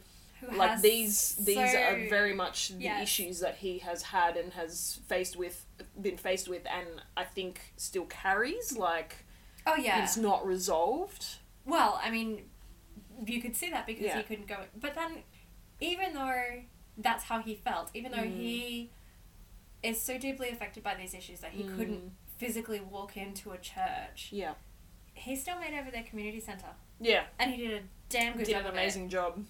[SPEAKER 1] who
[SPEAKER 2] like
[SPEAKER 1] has
[SPEAKER 2] these these
[SPEAKER 1] so-
[SPEAKER 2] are very much the
[SPEAKER 1] yes.
[SPEAKER 2] issues that he has had and has faced with been faced with and i think still carries like
[SPEAKER 1] oh yeah
[SPEAKER 2] it's not resolved
[SPEAKER 1] Well, I mean, you could see that because
[SPEAKER 2] Yeah.
[SPEAKER 1] he couldn't go. But then, even though that's how he felt, even though
[SPEAKER 2] Mm.
[SPEAKER 1] he is
[SPEAKER 2] Mm.
[SPEAKER 1] so deeply affected by these issues that he couldn't physically walk into a church,
[SPEAKER 2] yeah
[SPEAKER 1] he still made over their community centre,
[SPEAKER 2] Yeah,
[SPEAKER 1] and he did a damn good
[SPEAKER 2] did
[SPEAKER 1] job.
[SPEAKER 2] an
[SPEAKER 1] of it.
[SPEAKER 2] amazing job.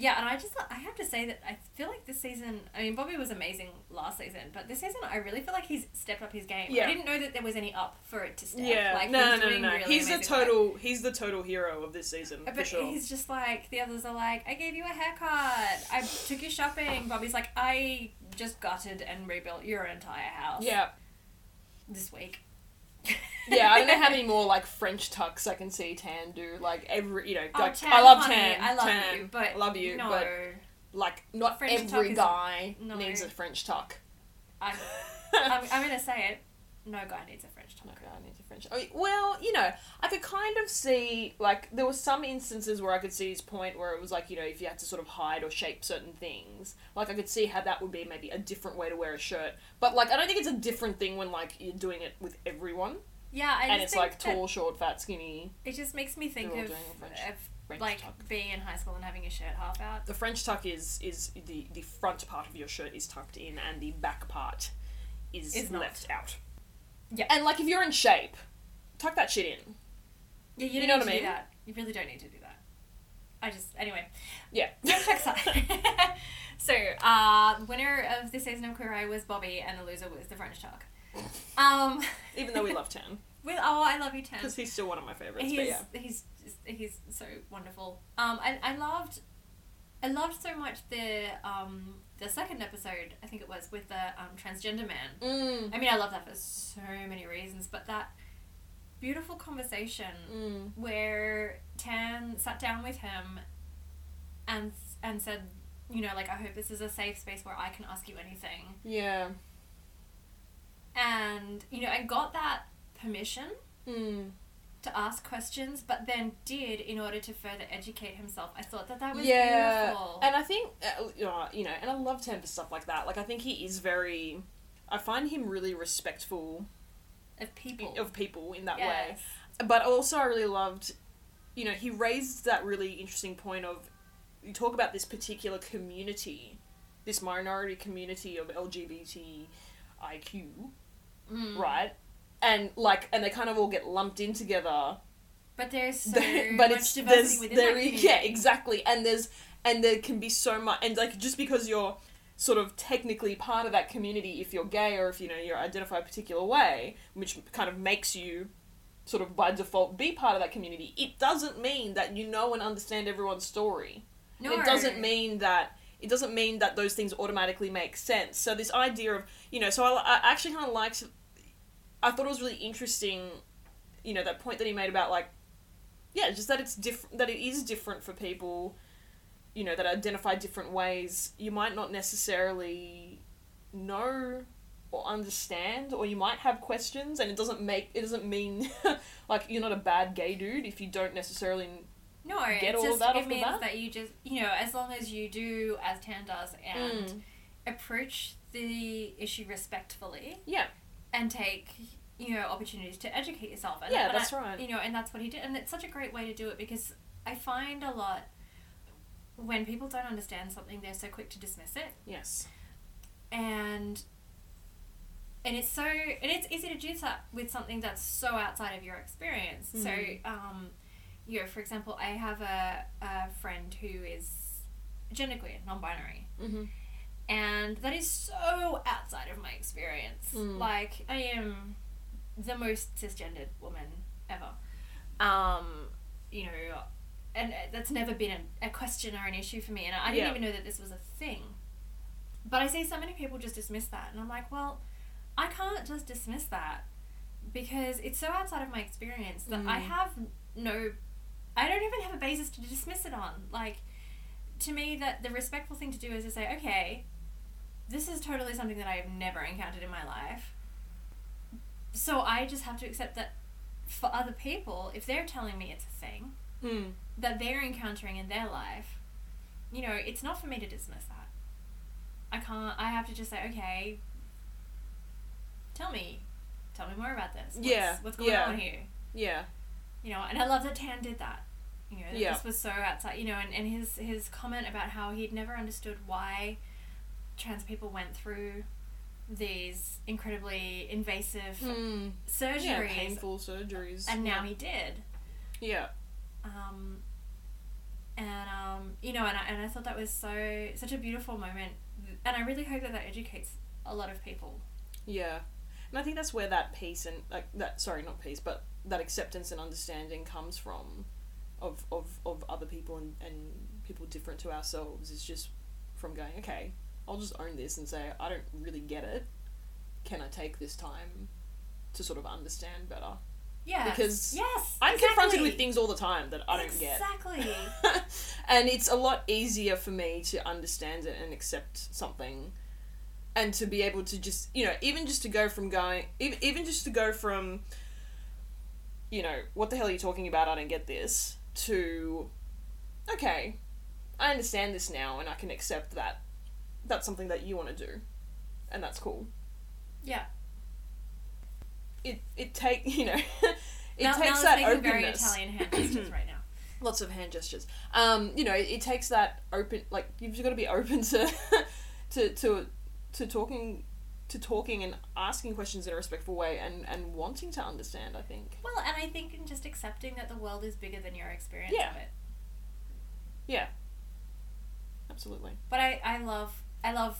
[SPEAKER 1] Yeah, and I just I have to say that I feel like this season. I mean, Bobby was amazing last season, but this season I really feel like he's stepped up his game.
[SPEAKER 2] Yeah.
[SPEAKER 1] I didn't know that there was any up for it to step.
[SPEAKER 2] Yeah,
[SPEAKER 1] like,
[SPEAKER 2] no,
[SPEAKER 1] he's
[SPEAKER 2] no, no,
[SPEAKER 1] doing
[SPEAKER 2] no.
[SPEAKER 1] really
[SPEAKER 2] he's the
[SPEAKER 1] amazing work.
[SPEAKER 2] total. He's the total hero of this season
[SPEAKER 1] Uh,
[SPEAKER 2] for
[SPEAKER 1] But
[SPEAKER 2] sure.
[SPEAKER 1] he's just like the others are like, I gave you a haircut, I took you shopping. Bobby's like, I just gutted and rebuilt your entire house.
[SPEAKER 2] Yeah,
[SPEAKER 1] This week.
[SPEAKER 2] yeah. I don't know how many more like French tucks I can see Tan do. Like every, you know,
[SPEAKER 1] Oh,
[SPEAKER 2] like,
[SPEAKER 1] Tan,
[SPEAKER 2] I love
[SPEAKER 1] honey,
[SPEAKER 2] Tan.
[SPEAKER 1] I love
[SPEAKER 2] Tan.
[SPEAKER 1] you, but
[SPEAKER 2] love you,
[SPEAKER 1] No,
[SPEAKER 2] but like not
[SPEAKER 1] French tuck
[SPEAKER 2] every
[SPEAKER 1] is-
[SPEAKER 2] guy
[SPEAKER 1] no.
[SPEAKER 2] needs a French tuck.
[SPEAKER 1] I, I'm, I'm gonna say it. No guy needs a French
[SPEAKER 2] No,
[SPEAKER 1] tuck.
[SPEAKER 2] I need to French. Oh, well, you know, I could kind of see like there were some instances where I could see his point where it was like you know if you had to sort of hide or shape certain things, like I could see how that would be maybe a different way to wear a shirt. But like I don't think it's a different thing when like you're doing it with everyone
[SPEAKER 1] Yeah, I just
[SPEAKER 2] and it's
[SPEAKER 1] think
[SPEAKER 2] like
[SPEAKER 1] that
[SPEAKER 2] tall, short, fat, skinny
[SPEAKER 1] It just makes me think
[SPEAKER 2] They're all
[SPEAKER 1] of,
[SPEAKER 2] doing a French-
[SPEAKER 1] of
[SPEAKER 2] French
[SPEAKER 1] like
[SPEAKER 2] tuck.
[SPEAKER 1] being in high school and having your shirt half out.
[SPEAKER 2] The French tuck is is the the front part of your shirt is tucked in and the back part is,
[SPEAKER 1] Is not.
[SPEAKER 2] left out.
[SPEAKER 1] Yeah.
[SPEAKER 2] and like if you're in shape, tuck that shit in.
[SPEAKER 1] Yeah, you,
[SPEAKER 2] You
[SPEAKER 1] don't
[SPEAKER 2] know
[SPEAKER 1] need
[SPEAKER 2] what
[SPEAKER 1] to
[SPEAKER 2] I
[SPEAKER 1] do
[SPEAKER 2] mean?
[SPEAKER 1] that. You really don't need to do that. I just anyway.
[SPEAKER 2] Yeah.
[SPEAKER 1] French tuck side. so, uh, winner of this season of Queer Eye was Bobby, and the loser was the French tuck. Um,
[SPEAKER 2] Even though we love Tan,
[SPEAKER 1] with oh, I love you, Tan.
[SPEAKER 2] because he's still one of my favorites.
[SPEAKER 1] he's
[SPEAKER 2] but yeah.
[SPEAKER 1] he's just- he's so wonderful. Um, I, I loved, I loved so much the um the second episode I think it was with the um, transgender man.
[SPEAKER 2] Mm.
[SPEAKER 1] I mean, I love that for so many reasons, but that beautiful conversation
[SPEAKER 2] Mm.
[SPEAKER 1] where Tan sat down with him and and said, you know, like I hope this is a safe space where I can ask you anything,
[SPEAKER 2] Yeah.
[SPEAKER 1] and you know, I got that permission
[SPEAKER 2] Mm.
[SPEAKER 1] to ask questions, but then did in order to further educate himself. I thought that that was
[SPEAKER 2] yeah.
[SPEAKER 1] beautiful.
[SPEAKER 2] And I think, uh, you know, and I love Tan for stuff like that. Like, I think he is very. I find him really respectful
[SPEAKER 1] of people.
[SPEAKER 2] of people in that way.
[SPEAKER 1] Yes.
[SPEAKER 2] but also I really loved, you know, he raised that really interesting point of you talk about this particular community, this minority community of LGBTIQ,
[SPEAKER 1] Mm.
[SPEAKER 2] right? And like, and they kind of all get lumped in together.
[SPEAKER 1] But there's so
[SPEAKER 2] but
[SPEAKER 1] much
[SPEAKER 2] it's
[SPEAKER 1] diversity
[SPEAKER 2] there's
[SPEAKER 1] within
[SPEAKER 2] there
[SPEAKER 1] that
[SPEAKER 2] is-
[SPEAKER 1] community.
[SPEAKER 2] yeah exactly, and there's and there can be so much, and like just because you're sort of technically part of that community if you're gay or if you know you identify a particular way which kind of makes you sort of by default be part of that community it doesn't mean that you know and understand everyone's story
[SPEAKER 1] No.
[SPEAKER 2] it doesn't mean that it doesn't mean that those things automatically make sense so this idea of you know so i, I actually kind of liked i thought it was really interesting you know that point that he made about like yeah just that it's different that it is different for people you know that identify different ways you might not necessarily know or understand or you might have questions and it doesn't make it doesn't mean like you're not a bad gay dude if you don't necessarily
[SPEAKER 1] No,
[SPEAKER 2] get
[SPEAKER 1] it's
[SPEAKER 2] all of
[SPEAKER 1] just,
[SPEAKER 2] that
[SPEAKER 1] it
[SPEAKER 2] off the
[SPEAKER 1] means
[SPEAKER 2] bat.
[SPEAKER 1] that you just you know, as long as you do as Tan does and
[SPEAKER 2] Mm.
[SPEAKER 1] approach the issue respectfully
[SPEAKER 2] yeah
[SPEAKER 1] and take you know opportunities to educate yourself. And,
[SPEAKER 2] Yeah,
[SPEAKER 1] and
[SPEAKER 2] that's
[SPEAKER 1] I-
[SPEAKER 2] right.
[SPEAKER 1] You know, and that's what he did, and it's such a great way to do it because I find a lot when people don't understand something, they're so quick to dismiss it,
[SPEAKER 2] yes
[SPEAKER 1] and and it's so and it's easy to do that with something that's so outside of your experience.
[SPEAKER 2] Mhm.
[SPEAKER 1] So, um, you know, for example, I have a a friend who is genderqueer, non-binary,
[SPEAKER 2] mm-hmm.
[SPEAKER 1] and that is so outside of my experience.
[SPEAKER 2] Mm.
[SPEAKER 1] Like I am the most cisgendered woman ever. Um, you know, and uh, that's never been a, a question or an issue for me, and I, I didn't
[SPEAKER 2] Yeah.
[SPEAKER 1] even know that this was a thing. But I see so many people just dismiss that, and I'm like, well, I can't just dismiss that because it's so outside of my experience that I
[SPEAKER 2] Mm.
[SPEAKER 1] have no, I don't even have a basis to dismiss it on. Like, to me, that the respectful thing to do is to say, okay, this is totally something that I have never encountered in my life. So I just have to accept that for other people, if they're telling me it's a thing
[SPEAKER 2] Mm.
[SPEAKER 1] that they're encountering in their life, you know, it's not for me to dismiss that. I can't, I have to just say, okay, tell me, tell me more about this. What's,
[SPEAKER 2] Yeah,
[SPEAKER 1] What's going
[SPEAKER 2] yeah.
[SPEAKER 1] on here?
[SPEAKER 2] Yeah.
[SPEAKER 1] you know, and I love that Tan did that. You know, that
[SPEAKER 2] Yeah.
[SPEAKER 1] this was so outside, you know, and, and his his comment about how he'd never understood why trans people went through these incredibly invasive
[SPEAKER 2] Mm.
[SPEAKER 1] Hmm. surgeries,
[SPEAKER 2] Yeah, painful surgeries.
[SPEAKER 1] and now he did.
[SPEAKER 2] yeah,
[SPEAKER 1] Um, and um, you know, and I, and I thought that was so such a beautiful moment, and I really hope that that educates a lot of people.
[SPEAKER 2] yeah, and I think that's where that peace and like that. Sorry, not peace, but that acceptance and understanding comes from, of of of other people and and people different to ourselves is just from going okay, I'll just own this and say I don't really get it. Can I take this time to sort of understand better?
[SPEAKER 1] Yeah.
[SPEAKER 2] Because
[SPEAKER 1] yes,
[SPEAKER 2] I'm confronted with
[SPEAKER 1] exactly.
[SPEAKER 2] things all the time that I don't get.
[SPEAKER 1] Exactly.
[SPEAKER 2] and it's a lot easier for me to understand it and accept something and to be able to just you know even just to go from going even, even just to go from you know what the hell are you talking about i don't get this to okay i understand this now and i can accept that that's something that you want to do and that's cool
[SPEAKER 1] yeah.
[SPEAKER 2] it it take you know it
[SPEAKER 1] Mel-
[SPEAKER 2] takes
[SPEAKER 1] Mel is
[SPEAKER 2] that
[SPEAKER 1] making
[SPEAKER 2] openness
[SPEAKER 1] very Italian hand gestures right now.
[SPEAKER 2] lots of hand gestures. Um, you know, it, it takes that open like you've just got to be open to, to to to talking to talking and asking questions in a respectful way and and wanting to understand. I think.
[SPEAKER 1] Well, and I think in just accepting that the world is bigger than your experience
[SPEAKER 2] Yeah.
[SPEAKER 1] of it.
[SPEAKER 2] Yeah. Absolutely.
[SPEAKER 1] But I, I love I love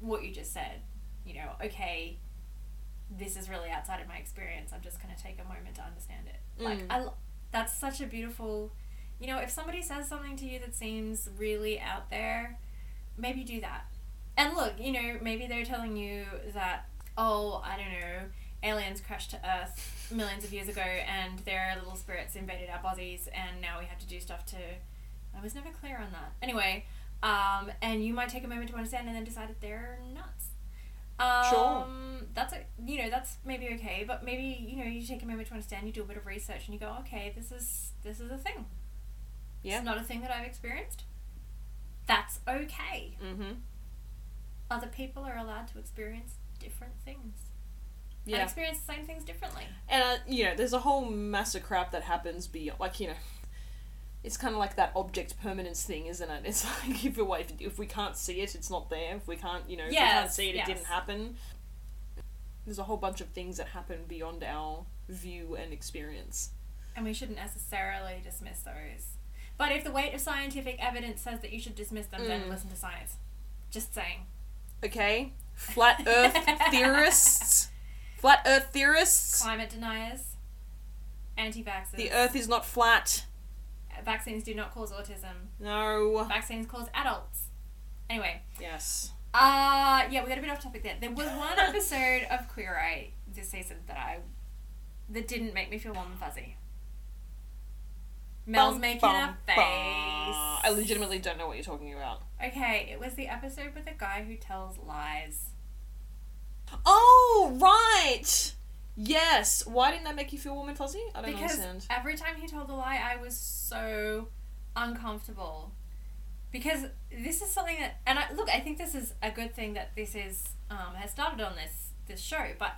[SPEAKER 1] what you just said. You know, okay, this is really outside of my experience. I'm just gonna take a moment to understand it. Like
[SPEAKER 2] Mm.
[SPEAKER 1] I, lo- that's such a beautiful. You know, if somebody says something to you that seems really out there, maybe do that. And look, you know, maybe they're telling you that oh, I don't know, aliens crashed to Earth millions of years ago, and their little spirits invaded our bodies, and now we have to do stuff to. I was never clear on that. Anyway, um, and you might take a moment to understand, and then decide that they're nuts. Um,
[SPEAKER 2] Sure.
[SPEAKER 1] That's a, you know that's maybe okay, but maybe you know you take a moment to understand. You do a bit of research, and you go, okay, this is this is a thing.
[SPEAKER 2] Yeah.
[SPEAKER 1] It's not a thing that I've experienced. That's okay.
[SPEAKER 2] Mm-hmm.
[SPEAKER 1] Other people are allowed to experience different things and
[SPEAKER 2] Yeah.
[SPEAKER 1] experience the same things differently.
[SPEAKER 2] And uh, you know, there's a whole mass of crap that happens beyond, like you know. It's kind of like that object permanence thing, isn't it? It's like if, we if, if we can't see it, it's not there. If we can't, you know, if we can't
[SPEAKER 1] Yes,
[SPEAKER 2] see it,
[SPEAKER 1] yes.
[SPEAKER 2] it didn't happen. There's a whole bunch of things that happen beyond our view and experience.
[SPEAKER 1] And we shouldn't necessarily dismiss those. But if the weight of scientific evidence says that you should dismiss them,
[SPEAKER 2] Mm.
[SPEAKER 1] then listen to science. Just saying.
[SPEAKER 2] Okay? Flat Earth theorists. Flat Earth theorists.
[SPEAKER 1] Climate deniers, anti vaxxers.
[SPEAKER 2] The Earth is not flat.
[SPEAKER 1] Vaccines do not cause autism.
[SPEAKER 2] No.
[SPEAKER 1] Vaccines cause adults. Anyway,
[SPEAKER 2] Yes.
[SPEAKER 1] uh, yeah, we got a bit off topic there. There was one episode of Queer Eye this season that I that didn't make me feel warm and fuzzy. Mel's
[SPEAKER 2] Bum,
[SPEAKER 1] making
[SPEAKER 2] bum,
[SPEAKER 1] a face.
[SPEAKER 2] bum. I legitimately don't know what you're talking about.
[SPEAKER 1] Okay, it was the episode with the guy who tells lies.
[SPEAKER 2] Oh, right. Yes. Why didn't that make you feel warm and fuzzy? I don't
[SPEAKER 1] Because
[SPEAKER 2] understand.
[SPEAKER 1] every time he told a lie, I was so uncomfortable. Because this is something that, and I, look, I think this is a good thing that this is um, has started on this this show. But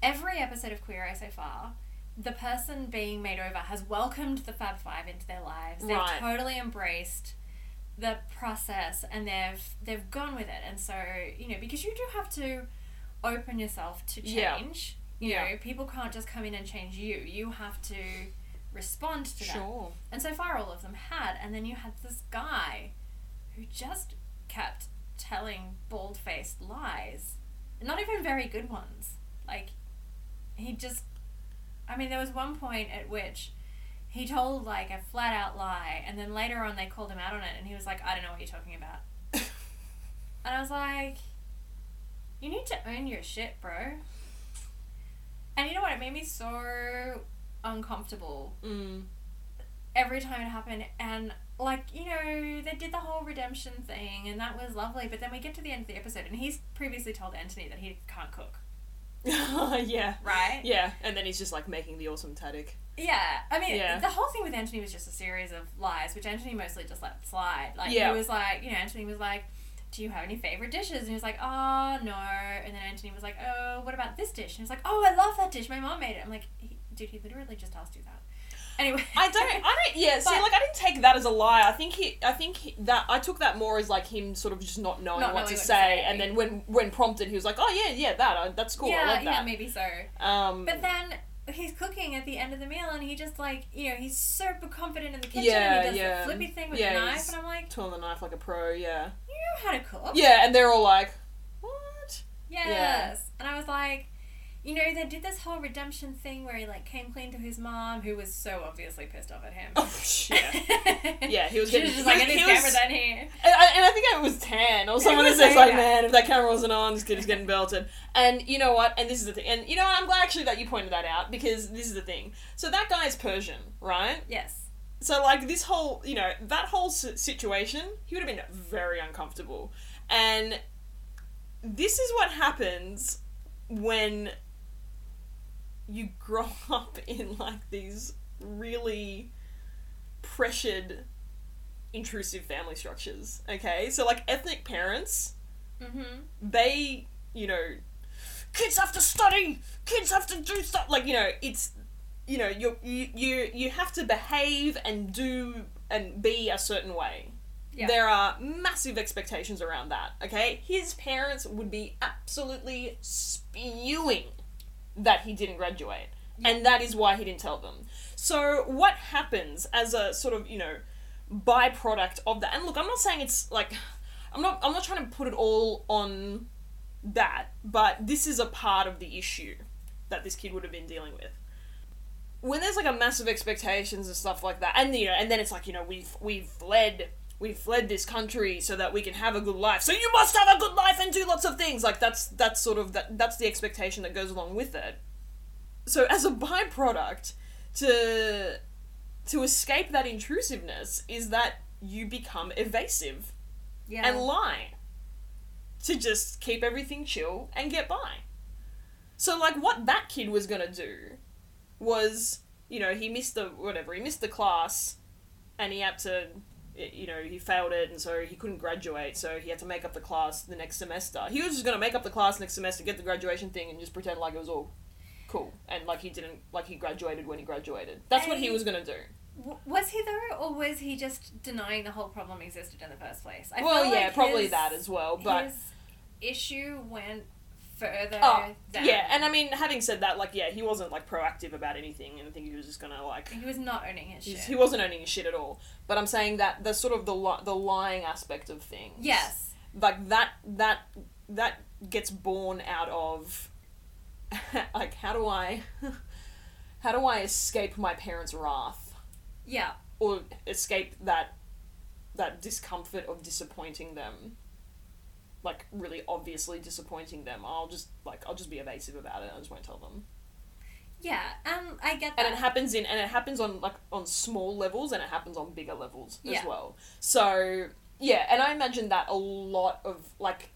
[SPEAKER 1] every episode of Queer Eye so far, the person being made over has welcomed the Fab Five into their lives. They've
[SPEAKER 2] Right.
[SPEAKER 1] totally embraced the process and they've they've gone with it. And so you know, because you do have to open yourself to
[SPEAKER 2] Yeah.
[SPEAKER 1] change. You
[SPEAKER 2] Yeah.
[SPEAKER 1] know, people can't just come in and change you. You have to respond to that.
[SPEAKER 2] Sure.
[SPEAKER 1] And so far, all of them had. And then you had this guy who just kept telling bald faced lies. Not even very good ones. Like, he just. I mean, there was one point at which he told, like, a flat out lie, and then later on they called him out on it, and he was like, I don't know what you're talking about. And I was like, you need to own your shit, bro. And you know what? It made me so uncomfortable
[SPEAKER 2] Mm.
[SPEAKER 1] every time it happened and like you know they did the whole redemption thing and that was lovely but then we get to the end of the episode and he's previously told anthony that he can't cook
[SPEAKER 2] yeah.
[SPEAKER 1] right
[SPEAKER 2] Yeah. And then he's just like making the awesome tadic.
[SPEAKER 1] yeah i mean
[SPEAKER 2] Yeah.
[SPEAKER 1] the whole thing with anthony was just a series of lies which anthony mostly just let slide like
[SPEAKER 2] Yeah.
[SPEAKER 1] he was like you know anthony was like do you have any favorite dishes? And he was like, oh, no. And then Anthony was like, oh, what about this dish? And he was like, oh, I love that dish. My mom made it. I'm like, he, dude, he literally just asked you that. Anyway,
[SPEAKER 2] I don't. I don't. Yeah. see,
[SPEAKER 1] But-
[SPEAKER 2] like, I didn't take that as a lie. I think he. I think he, that I took that more as like him sort of just not knowing
[SPEAKER 1] Not
[SPEAKER 2] what
[SPEAKER 1] knowing
[SPEAKER 2] to
[SPEAKER 1] what to
[SPEAKER 2] say,
[SPEAKER 1] say.
[SPEAKER 2] and then when when prompted, he was like, "Oh yeah, yeah, that. Uh, that's cool.
[SPEAKER 1] yeah,
[SPEAKER 2] I like
[SPEAKER 1] yeah,
[SPEAKER 2] that."
[SPEAKER 1] maybe so.
[SPEAKER 2] um,
[SPEAKER 1] But then he's cooking at the end of the meal, and he just like you know he's super confident in the kitchen,
[SPEAKER 2] Yeah,
[SPEAKER 1] and he does
[SPEAKER 2] yeah.
[SPEAKER 1] the flippy thing with
[SPEAKER 2] Yeah,
[SPEAKER 1] the knife,
[SPEAKER 2] he's-
[SPEAKER 1] and I'm like,
[SPEAKER 2] twirling the knife like a pro. Yeah.
[SPEAKER 1] you know how to cook?
[SPEAKER 2] Yeah, and they're all like, "What?"
[SPEAKER 1] Yes. And I was like, you know, they did this whole redemption thing where he like came clean to his mom, who was so obviously pissed off at him.
[SPEAKER 2] Oh shit. Yeah, he was
[SPEAKER 1] she
[SPEAKER 2] getting.
[SPEAKER 1] was just like, I
[SPEAKER 2] he
[SPEAKER 1] need
[SPEAKER 2] was-
[SPEAKER 1] camera down here.
[SPEAKER 2] And I, and I think it was Tan or someone that
[SPEAKER 1] was
[SPEAKER 2] says
[SPEAKER 1] Tan,
[SPEAKER 2] like,
[SPEAKER 1] yeah.
[SPEAKER 2] man, if that camera wasn't on, this kid is getting belted. And you know what? And this is the thing. And you know what? I'm glad actually that you pointed that out because this is the thing. So that guy is Persian, right?
[SPEAKER 1] Yes.
[SPEAKER 2] So like this whole, you know, that whole si- situation, he would have been very uncomfortable. And this is what happens when you grow up in like these really pressured intrusive family structures, okay? So like ethnic parents,
[SPEAKER 1] Mm-hmm.
[SPEAKER 2] they, you know, kids have to study, kids have to do stuff. Like you know, it's you know you you you you have to behave and do and be a certain way.
[SPEAKER 1] Yeah.
[SPEAKER 2] There are massive expectations around that. Okay, his parents would be absolutely spewing that he didn't graduate, and that is why he didn't tell them. So what happens as a sort of you know byproduct of that? And look, I'm not saying it's like I'm not I'm not trying to put it all on that, but this is a part of the issue that this kid would have been dealing with. When there's like a massive expectations and stuff like that, and you know, and then it's like you know we've we've fled we've fled this country so that we can have a good life. So you must have a good life and do lots of things. Like that's that's sort of that that's the expectation that goes along with it. So as a byproduct, to to escape that intrusiveness is that you become evasive
[SPEAKER 1] Yeah.
[SPEAKER 2] and lie to just keep everything chill and get by. So like what that kid was going to do was, you know, he missed the whatever, he missed the class and he had to y- you know, he failed it and so he couldn't graduate, so he had to make up the class the next semester. He was just going to make up the class next semester, get the graduation thing and just pretend like it was all cool and like he didn't like he graduated when he graduated. That's what he
[SPEAKER 1] And-
[SPEAKER 2] was going to do.
[SPEAKER 1] W- was he though, or was he just denying the whole problem existed in the first place? I
[SPEAKER 2] well,
[SPEAKER 1] feel
[SPEAKER 2] yeah,
[SPEAKER 1] like
[SPEAKER 2] probably
[SPEAKER 1] his-
[SPEAKER 2] that as well, but
[SPEAKER 1] his issue went further
[SPEAKER 2] Oh,
[SPEAKER 1] than
[SPEAKER 2] Yeah, and I mean, having said that, like, yeah, he wasn't like proactive about anything, and I think he was just gonna like,
[SPEAKER 1] he was not owning his shit.
[SPEAKER 2] he's, he wasn't owning his shit at all. But I'm saying that the sort of the li- the lying aspect of things,
[SPEAKER 1] yes.
[SPEAKER 2] like that that that gets born out of like how do I how do I escape my parents' wrath
[SPEAKER 1] Yeah.
[SPEAKER 2] or escape that that discomfort of disappointing them. Like really obviously disappointing them. I'll just like I'll just be evasive about it. I just won't tell them.
[SPEAKER 1] Yeah. Um, I get that.
[SPEAKER 2] and it happens in and it happens on like on small levels and it happens on bigger levels
[SPEAKER 1] Yeah.
[SPEAKER 2] as well so yeah and i imagine that a lot of like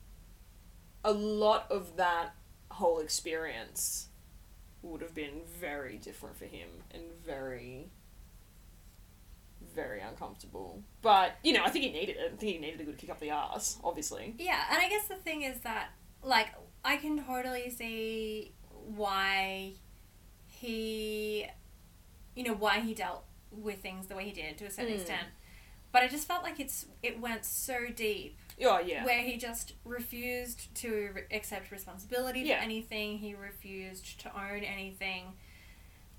[SPEAKER 2] a lot of that whole experience would have been very different for him and very very uncomfortable but you know i think he needed it i think he needed a good kick up the ass obviously
[SPEAKER 1] Yeah, and I guess the thing is that, like, I can totally see why he, you know, why he dealt with things the way he did to a certain
[SPEAKER 2] Mm.
[SPEAKER 1] extent. But I just felt like it's it went so deep
[SPEAKER 2] oh yeah
[SPEAKER 1] where he just refused to re- accept responsibility
[SPEAKER 2] Yeah.
[SPEAKER 1] for anything. He refused to own anything.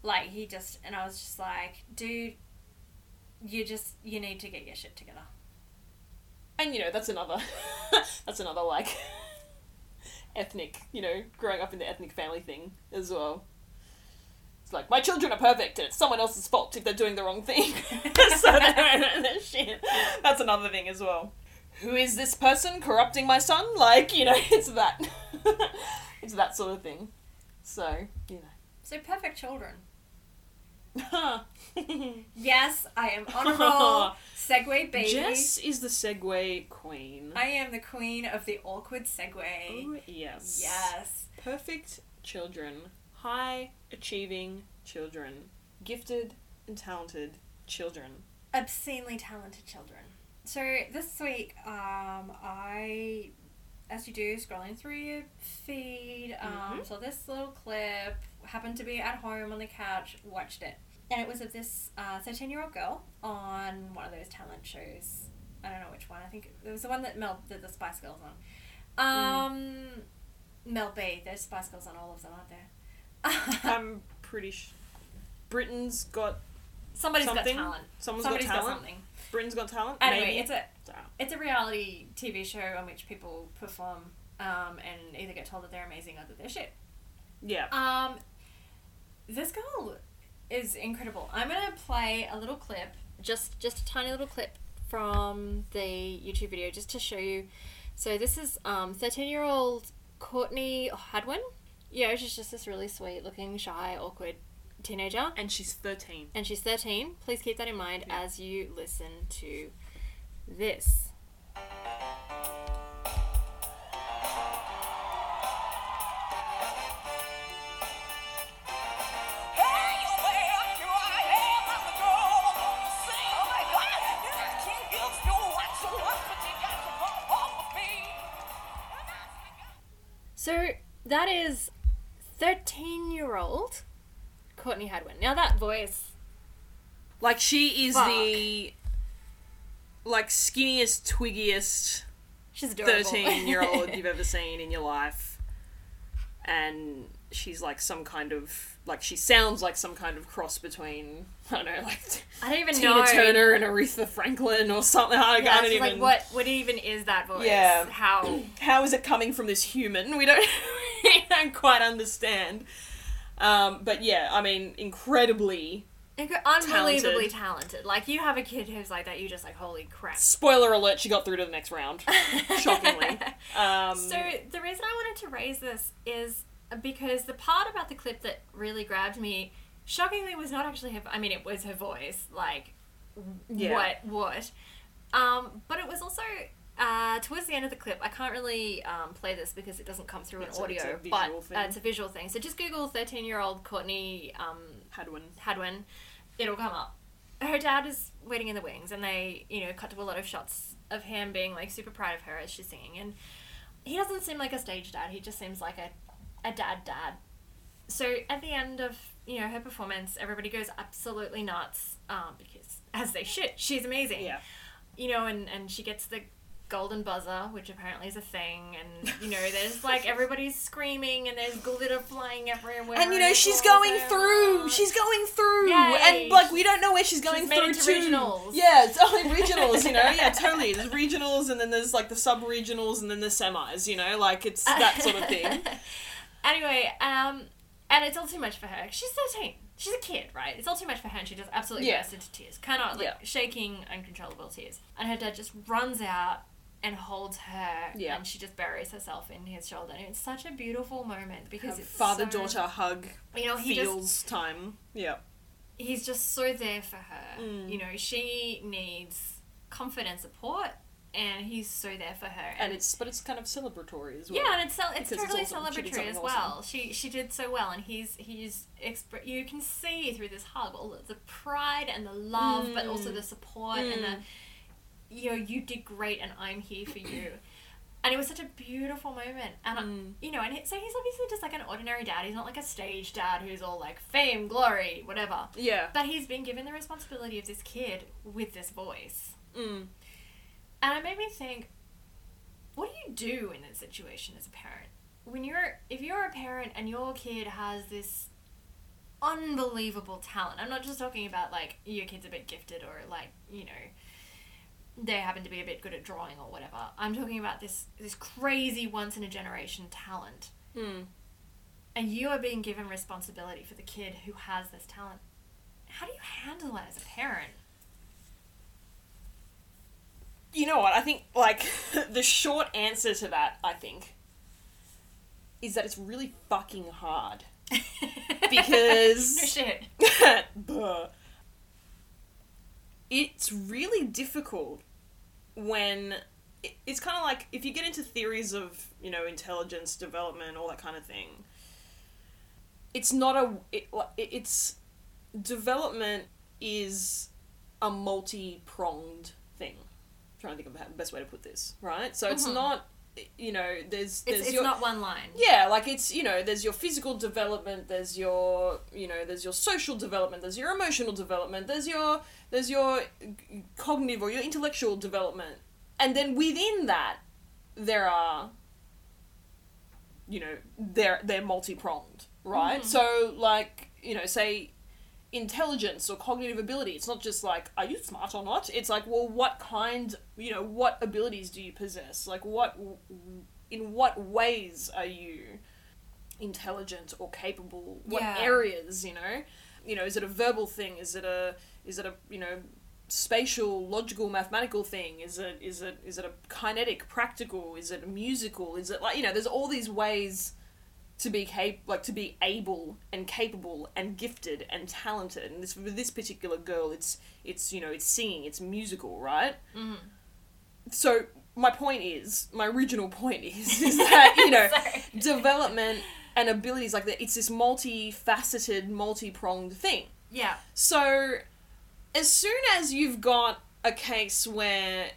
[SPEAKER 1] Like he just and I was just like, dude, you just you need to get your shit together.
[SPEAKER 2] and you know that's another that's another like ethnic you know growing up in the ethnic family thing as well it's like my children are perfect and it's someone else's fault if they're doing the wrong thing so they're, they're shit that's another thing as well who is this person corrupting my son like you know it's that it's that sort of thing so you
[SPEAKER 1] So perfect children.
[SPEAKER 2] know
[SPEAKER 1] Yes, I am on a roll. Segway baby.
[SPEAKER 2] Jess is the Segway queen
[SPEAKER 1] I am the queen of the awkward segue.
[SPEAKER 2] Oh, yes
[SPEAKER 1] Yes.
[SPEAKER 2] Perfect children, high achieving children, gifted and talented children.
[SPEAKER 1] Obscenely talented children. So this week, um, I, as you do, scrolling through your feed, um,
[SPEAKER 2] Mhm.
[SPEAKER 1] saw this little clip, happened to be at home on the couch, watched it. and it was of this thirteen year old girl on one of those talent shows. I don't know which one. I think it was the one that Mel that the Spice Girls on.
[SPEAKER 2] Mm.
[SPEAKER 1] Um, Mel B. There's Spice Girls on all of them, aren't there?
[SPEAKER 2] I'm pretty sh- Britain's got
[SPEAKER 1] Somebody's
[SPEAKER 2] something.
[SPEAKER 1] got talent.
[SPEAKER 2] Someone's
[SPEAKER 1] Somebody's
[SPEAKER 2] got talent.
[SPEAKER 1] something.
[SPEAKER 2] Britain's got talent.
[SPEAKER 1] Anyway,
[SPEAKER 2] Maybe.
[SPEAKER 1] it's a
[SPEAKER 2] Ah,
[SPEAKER 1] it's a reality TV show on which people perform um, and either get told that they're amazing or that they're shit.
[SPEAKER 2] yeah.
[SPEAKER 1] Um, this girl is incredible. I'm gonna play a little clip, just just a tiny little clip from the YouTube video, just to show you. So this is um, 13 year old Courtney Hadwin. Yeah, she's just this really sweet looking, shy, awkward teenager,
[SPEAKER 2] And she's 13.
[SPEAKER 1] and she's 13. Please keep that in mind as you listen to this. So that is 13 year old Courtney Hadwin. Now that voice.
[SPEAKER 2] Like, she is
[SPEAKER 1] Fuck.
[SPEAKER 2] the, like, skinniest, twiggiest
[SPEAKER 1] She's adorable.
[SPEAKER 2] 13 year old you've ever seen in your life. And she's like some kind of, like, she sounds like some kind of cross between, I don't know, like
[SPEAKER 1] I don't even
[SPEAKER 2] Tina
[SPEAKER 1] know.
[SPEAKER 2] Turner and Aretha Franklin or something.
[SPEAKER 1] Yeah,
[SPEAKER 2] I, I
[SPEAKER 1] it's
[SPEAKER 2] don't
[SPEAKER 1] just
[SPEAKER 2] even.
[SPEAKER 1] like what what even is that voice?
[SPEAKER 2] Yeah.
[SPEAKER 1] How
[SPEAKER 2] how is it coming from this human? We don't, we don't quite understand. Um, but yeah, I mean, incredibly.
[SPEAKER 1] inc- unbelievably talented. Like you have a kid who's like that, you're just like, holy crap.
[SPEAKER 2] Spoiler alert: she got through to the next round. Shockingly. Um,
[SPEAKER 1] So the reason I wanted to raise this is because the part about the clip that really grabbed me, shockingly, was not actually her. I mean, it was her voice. Like,
[SPEAKER 2] Yeah.
[SPEAKER 1] what, what? Um, but it was also uh, towards the end of the clip. I can't really um, play this because it doesn't come through
[SPEAKER 2] It's
[SPEAKER 1] an
[SPEAKER 2] a-
[SPEAKER 1] audio,
[SPEAKER 2] it's a
[SPEAKER 1] but
[SPEAKER 2] visual
[SPEAKER 1] Uh,
[SPEAKER 2] thing.
[SPEAKER 1] it's a visual thing. So just Google thirteen-year-old Courtney um,
[SPEAKER 2] Hadwin.
[SPEAKER 1] Hadwin, it'll come up. Her dad is waiting in the wings, and they, you know, cut to a lot of shots of him being like super proud of her as she's singing. And he doesn't seem like a stage dad; he just seems like a, a dad dad. So at the end of you know her performance, everybody goes absolutely nuts um, because as they should, she's amazing.
[SPEAKER 2] Yeah.
[SPEAKER 1] You know, and and she gets the golden buzzer, which apparently is a thing, and you know, there's like everybody's screaming, and there's glitter flying everywhere.
[SPEAKER 2] And you know
[SPEAKER 1] it
[SPEAKER 2] she's
[SPEAKER 1] rolls
[SPEAKER 2] going
[SPEAKER 1] over.
[SPEAKER 2] through. She's going through,
[SPEAKER 1] uh, Yay.
[SPEAKER 2] and like we don't know where she's going
[SPEAKER 1] made
[SPEAKER 2] through
[SPEAKER 1] into
[SPEAKER 2] to.
[SPEAKER 1] regionals.
[SPEAKER 2] Yeah, it's only regionals. You know, yeah, totally. There's regionals, and then there's like the sub regionals, and then the semis. You know, like it's that sort of thing.
[SPEAKER 1] anyway, um, and it's all too much for her. She's 13. She's a kid, right? It's all too much for her, and she just absolutely
[SPEAKER 2] Yeah.
[SPEAKER 1] bursts into tears. Cannot, like,
[SPEAKER 2] Yeah.
[SPEAKER 1] shaking, uncontrollable tears. And her dad just runs out and holds her,
[SPEAKER 2] Yeah.
[SPEAKER 1] and she just buries herself in his shoulder. And it's such a beautiful moment because it's
[SPEAKER 2] Father
[SPEAKER 1] so-
[SPEAKER 2] daughter hug
[SPEAKER 1] You know, he just
[SPEAKER 2] feels time. Yeah.
[SPEAKER 1] he's just so there for her.
[SPEAKER 2] Mm.
[SPEAKER 1] You know, she needs comfort and support, and he's so there for her.
[SPEAKER 2] and it's but it's kind of celebratory as well.
[SPEAKER 1] Yeah, and it's cel- it's
[SPEAKER 2] because it's
[SPEAKER 1] totally
[SPEAKER 2] awesome. She did
[SPEAKER 1] celebratory as
[SPEAKER 2] something
[SPEAKER 1] well. She she did so well, and he's he's expr- you can see through this hug all the pride and the love, but also
[SPEAKER 2] Mm.
[SPEAKER 1] the support and
[SPEAKER 2] Mm.
[SPEAKER 1] the you know you did great, and I'm here for you. And it was such a beautiful moment, and I-
[SPEAKER 2] Mm.
[SPEAKER 1] you know, and it, so he's obviously just like an ordinary dad. He's not like a stage dad who's all like fame, glory, whatever.
[SPEAKER 2] Yeah.
[SPEAKER 1] But he's been given the responsibility of this kid with this voice.
[SPEAKER 2] Mm.
[SPEAKER 1] And it made me think, what do you do in that situation as a parent? When you're, if you're a parent and your kid has this unbelievable talent, I'm not just talking about like your kid's a bit gifted or like, you know, they happen to be a bit good at drawing or whatever. I'm talking about this, this crazy once in a generation talent.
[SPEAKER 2] Mm.
[SPEAKER 1] And you are being given responsibility for the kid who has this talent. How do you handle that as a parent?
[SPEAKER 2] You know what? I think like the short answer to that, I think, is that it's really fucking hard because
[SPEAKER 1] no shit.
[SPEAKER 2] Buh. it's really difficult when it- it's kind of like if you get into theories of you know intelligence development all that kind of thing it's not a it, like, it- it's development is a multi-pronged thing I'm trying to think of the best way to put this right so it's
[SPEAKER 1] Mhm.
[SPEAKER 2] not you know,
[SPEAKER 1] It's,
[SPEAKER 2] there's there's
[SPEAKER 1] it's
[SPEAKER 2] your
[SPEAKER 1] not one line.
[SPEAKER 2] yeah, like it's you know, there's your physical development, there's your you know, there's your social development, there's your emotional development, there's your there's your g- cognitive or your intellectual development, and then within that, there are you know they're they're multi pronged, right? So like you know, say intelligence or cognitive ability. It's not just like, are you smart or not? It's like, well, what kind, you know, what abilities do you possess? Like, what, in what ways are you intelligent or capable? What
[SPEAKER 1] Yeah.
[SPEAKER 2] areas, you know? You know, is it a verbal thing? Is it a, is it a, you know, spatial, logical, mathematical thing? Is it, is it, is it a kinetic, practical? Is it a musical? Is it like, you know, there's all these ways to be cap- like to be able and capable and gifted and talented. And this with this particular girl, it's it's you know it's singing, it's musical, right? Mm. So my point is, my original point is, is that you know
[SPEAKER 1] Sorry.
[SPEAKER 2] development and abilities like that. It's this multifaceted, multi-pronged thing.
[SPEAKER 1] Yeah.
[SPEAKER 2] So, as soon as you've got a case where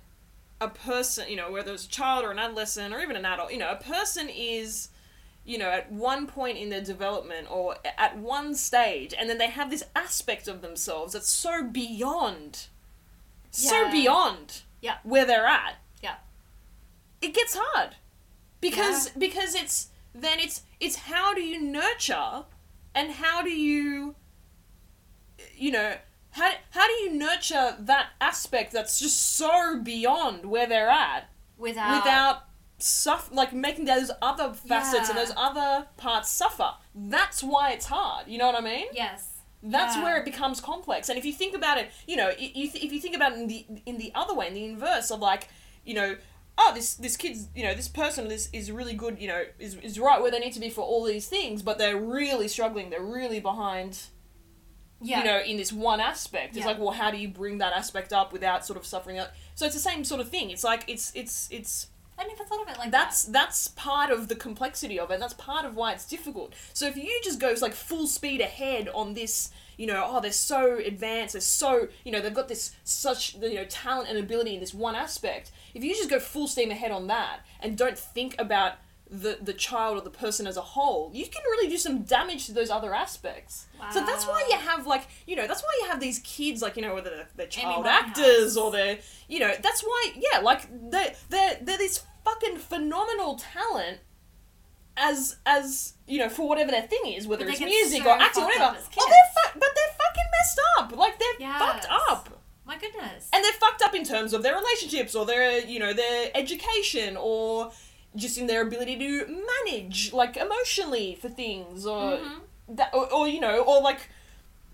[SPEAKER 2] a person, you know, whether it's a child or an adolescent or even an adult, you know, a person is, you know, at one point in their development or a- at one stage, and then they have this aspect of themselves that's so beyond, so
[SPEAKER 1] Yeah.
[SPEAKER 2] beyond
[SPEAKER 1] Yeah.
[SPEAKER 2] where they're at
[SPEAKER 1] Yeah.
[SPEAKER 2] it gets hard because because it's then it's it's how do you nurture and how do you you know how, how do you nurture that aspect that's just so beyond where they're at
[SPEAKER 1] Without.
[SPEAKER 2] without suff like making those other facets and
[SPEAKER 1] Yeah.
[SPEAKER 2] those other parts suffer that's why it's hard you know what i mean
[SPEAKER 1] Yes.
[SPEAKER 2] that's
[SPEAKER 1] Yeah.
[SPEAKER 2] where it becomes complex. And if you think about it, you know, i- you th- if you think about it in the in the other way, in the inverse of like, you know, oh, this this kid's, you know, this person is is really good, you know, is is right where they need to be for all these things, but they're really struggling. They're really behind,
[SPEAKER 1] Yeah.
[SPEAKER 2] you know, in this one aspect. It's
[SPEAKER 1] Yeah.
[SPEAKER 2] like, well, how do you bring that aspect up without sort of suffering? Out? So it's the same sort of thing. It's like it's it's it's
[SPEAKER 1] I never thought of it like
[SPEAKER 2] that's that's part of the complexity of it. That's part of why it's difficult. So if you just go like full speed ahead on this, you know, oh they're so advanced, they're so you know they've got this such you know talent and ability in this one aspect. If you just go full steam ahead on that and don't think about the the child or the person as a whole, you can really do some damage to those other aspects. So that's why
[SPEAKER 1] Wow.
[SPEAKER 2] you have like you know that's why you have these kids like you know whether they're, they're
[SPEAKER 1] Amy
[SPEAKER 2] child
[SPEAKER 1] Winehouse.
[SPEAKER 2] actors or they're you know that's why yeah like they're they're, they're this fucking phenomenal talent as as you know for whatever their thing is whether
[SPEAKER 1] But they
[SPEAKER 2] it's
[SPEAKER 1] get
[SPEAKER 2] music
[SPEAKER 1] so
[SPEAKER 2] or acting or
[SPEAKER 1] fucked
[SPEAKER 2] whatever
[SPEAKER 1] up as
[SPEAKER 2] well
[SPEAKER 1] kids.
[SPEAKER 2] they're fu- but they're fucking messed up like they're
[SPEAKER 1] Yes.
[SPEAKER 2] fucked up
[SPEAKER 1] that. My goodness.
[SPEAKER 2] and they're fucked up in terms of their relationships or their you know their education or just in their ability to manage like emotionally for things or
[SPEAKER 1] Mhm.
[SPEAKER 2] that or, or you know or like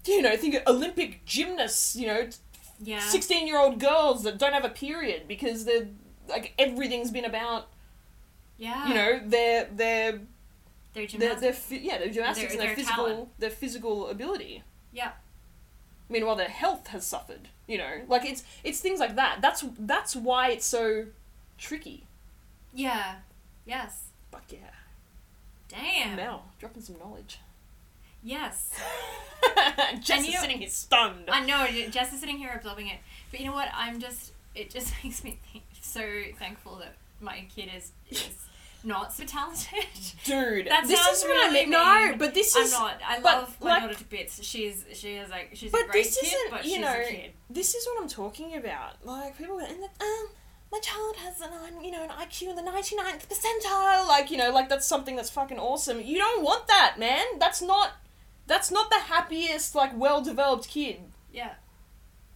[SPEAKER 2] you know think of olympic gymnasts you know
[SPEAKER 1] yeah.
[SPEAKER 2] 16 year old girls that don't have a period because they're like everything's been about
[SPEAKER 1] yeah.
[SPEAKER 2] you know their their
[SPEAKER 1] Their
[SPEAKER 2] their,
[SPEAKER 1] gymnastics.
[SPEAKER 2] their fi- yeah their gymnastics and their
[SPEAKER 1] their
[SPEAKER 2] physical
[SPEAKER 1] talent.
[SPEAKER 2] their physical ability
[SPEAKER 1] yeah.
[SPEAKER 2] meanwhile their health has suffered you know like it's it's things like that that's that's why it's so tricky
[SPEAKER 1] Yeah. Yes.
[SPEAKER 2] but yeah,
[SPEAKER 1] Damn.
[SPEAKER 2] Mel dropping some knowledge
[SPEAKER 1] Yes.
[SPEAKER 2] Jess
[SPEAKER 1] you-
[SPEAKER 2] is sitting here stunned
[SPEAKER 1] I know. Jess is sitting here absorbing it, but you know what? I'm just. It just makes me think, so thankful that my kid is is not so talented.
[SPEAKER 2] dude
[SPEAKER 1] That
[SPEAKER 2] this
[SPEAKER 1] sounds
[SPEAKER 2] is what I
[SPEAKER 1] really
[SPEAKER 2] mean no
[SPEAKER 1] mean.
[SPEAKER 2] but this
[SPEAKER 1] I'm
[SPEAKER 2] is
[SPEAKER 1] not. I
[SPEAKER 2] but,
[SPEAKER 1] love my
[SPEAKER 2] like-
[SPEAKER 1] daughter to bits. She's she is like she's a
[SPEAKER 2] But
[SPEAKER 1] great
[SPEAKER 2] this
[SPEAKER 1] kid,
[SPEAKER 2] isn't,
[SPEAKER 1] but
[SPEAKER 2] you
[SPEAKER 1] she's
[SPEAKER 2] know,
[SPEAKER 1] a kid.
[SPEAKER 2] this is what I'm talking about. Like people go, and the, um, my child has an um, you know an IQ in the 99th percentile. Like you know, like that's something that's fucking awesome. You don't want that, man. That's not that's not the happiest like well developed kid.
[SPEAKER 1] Yeah.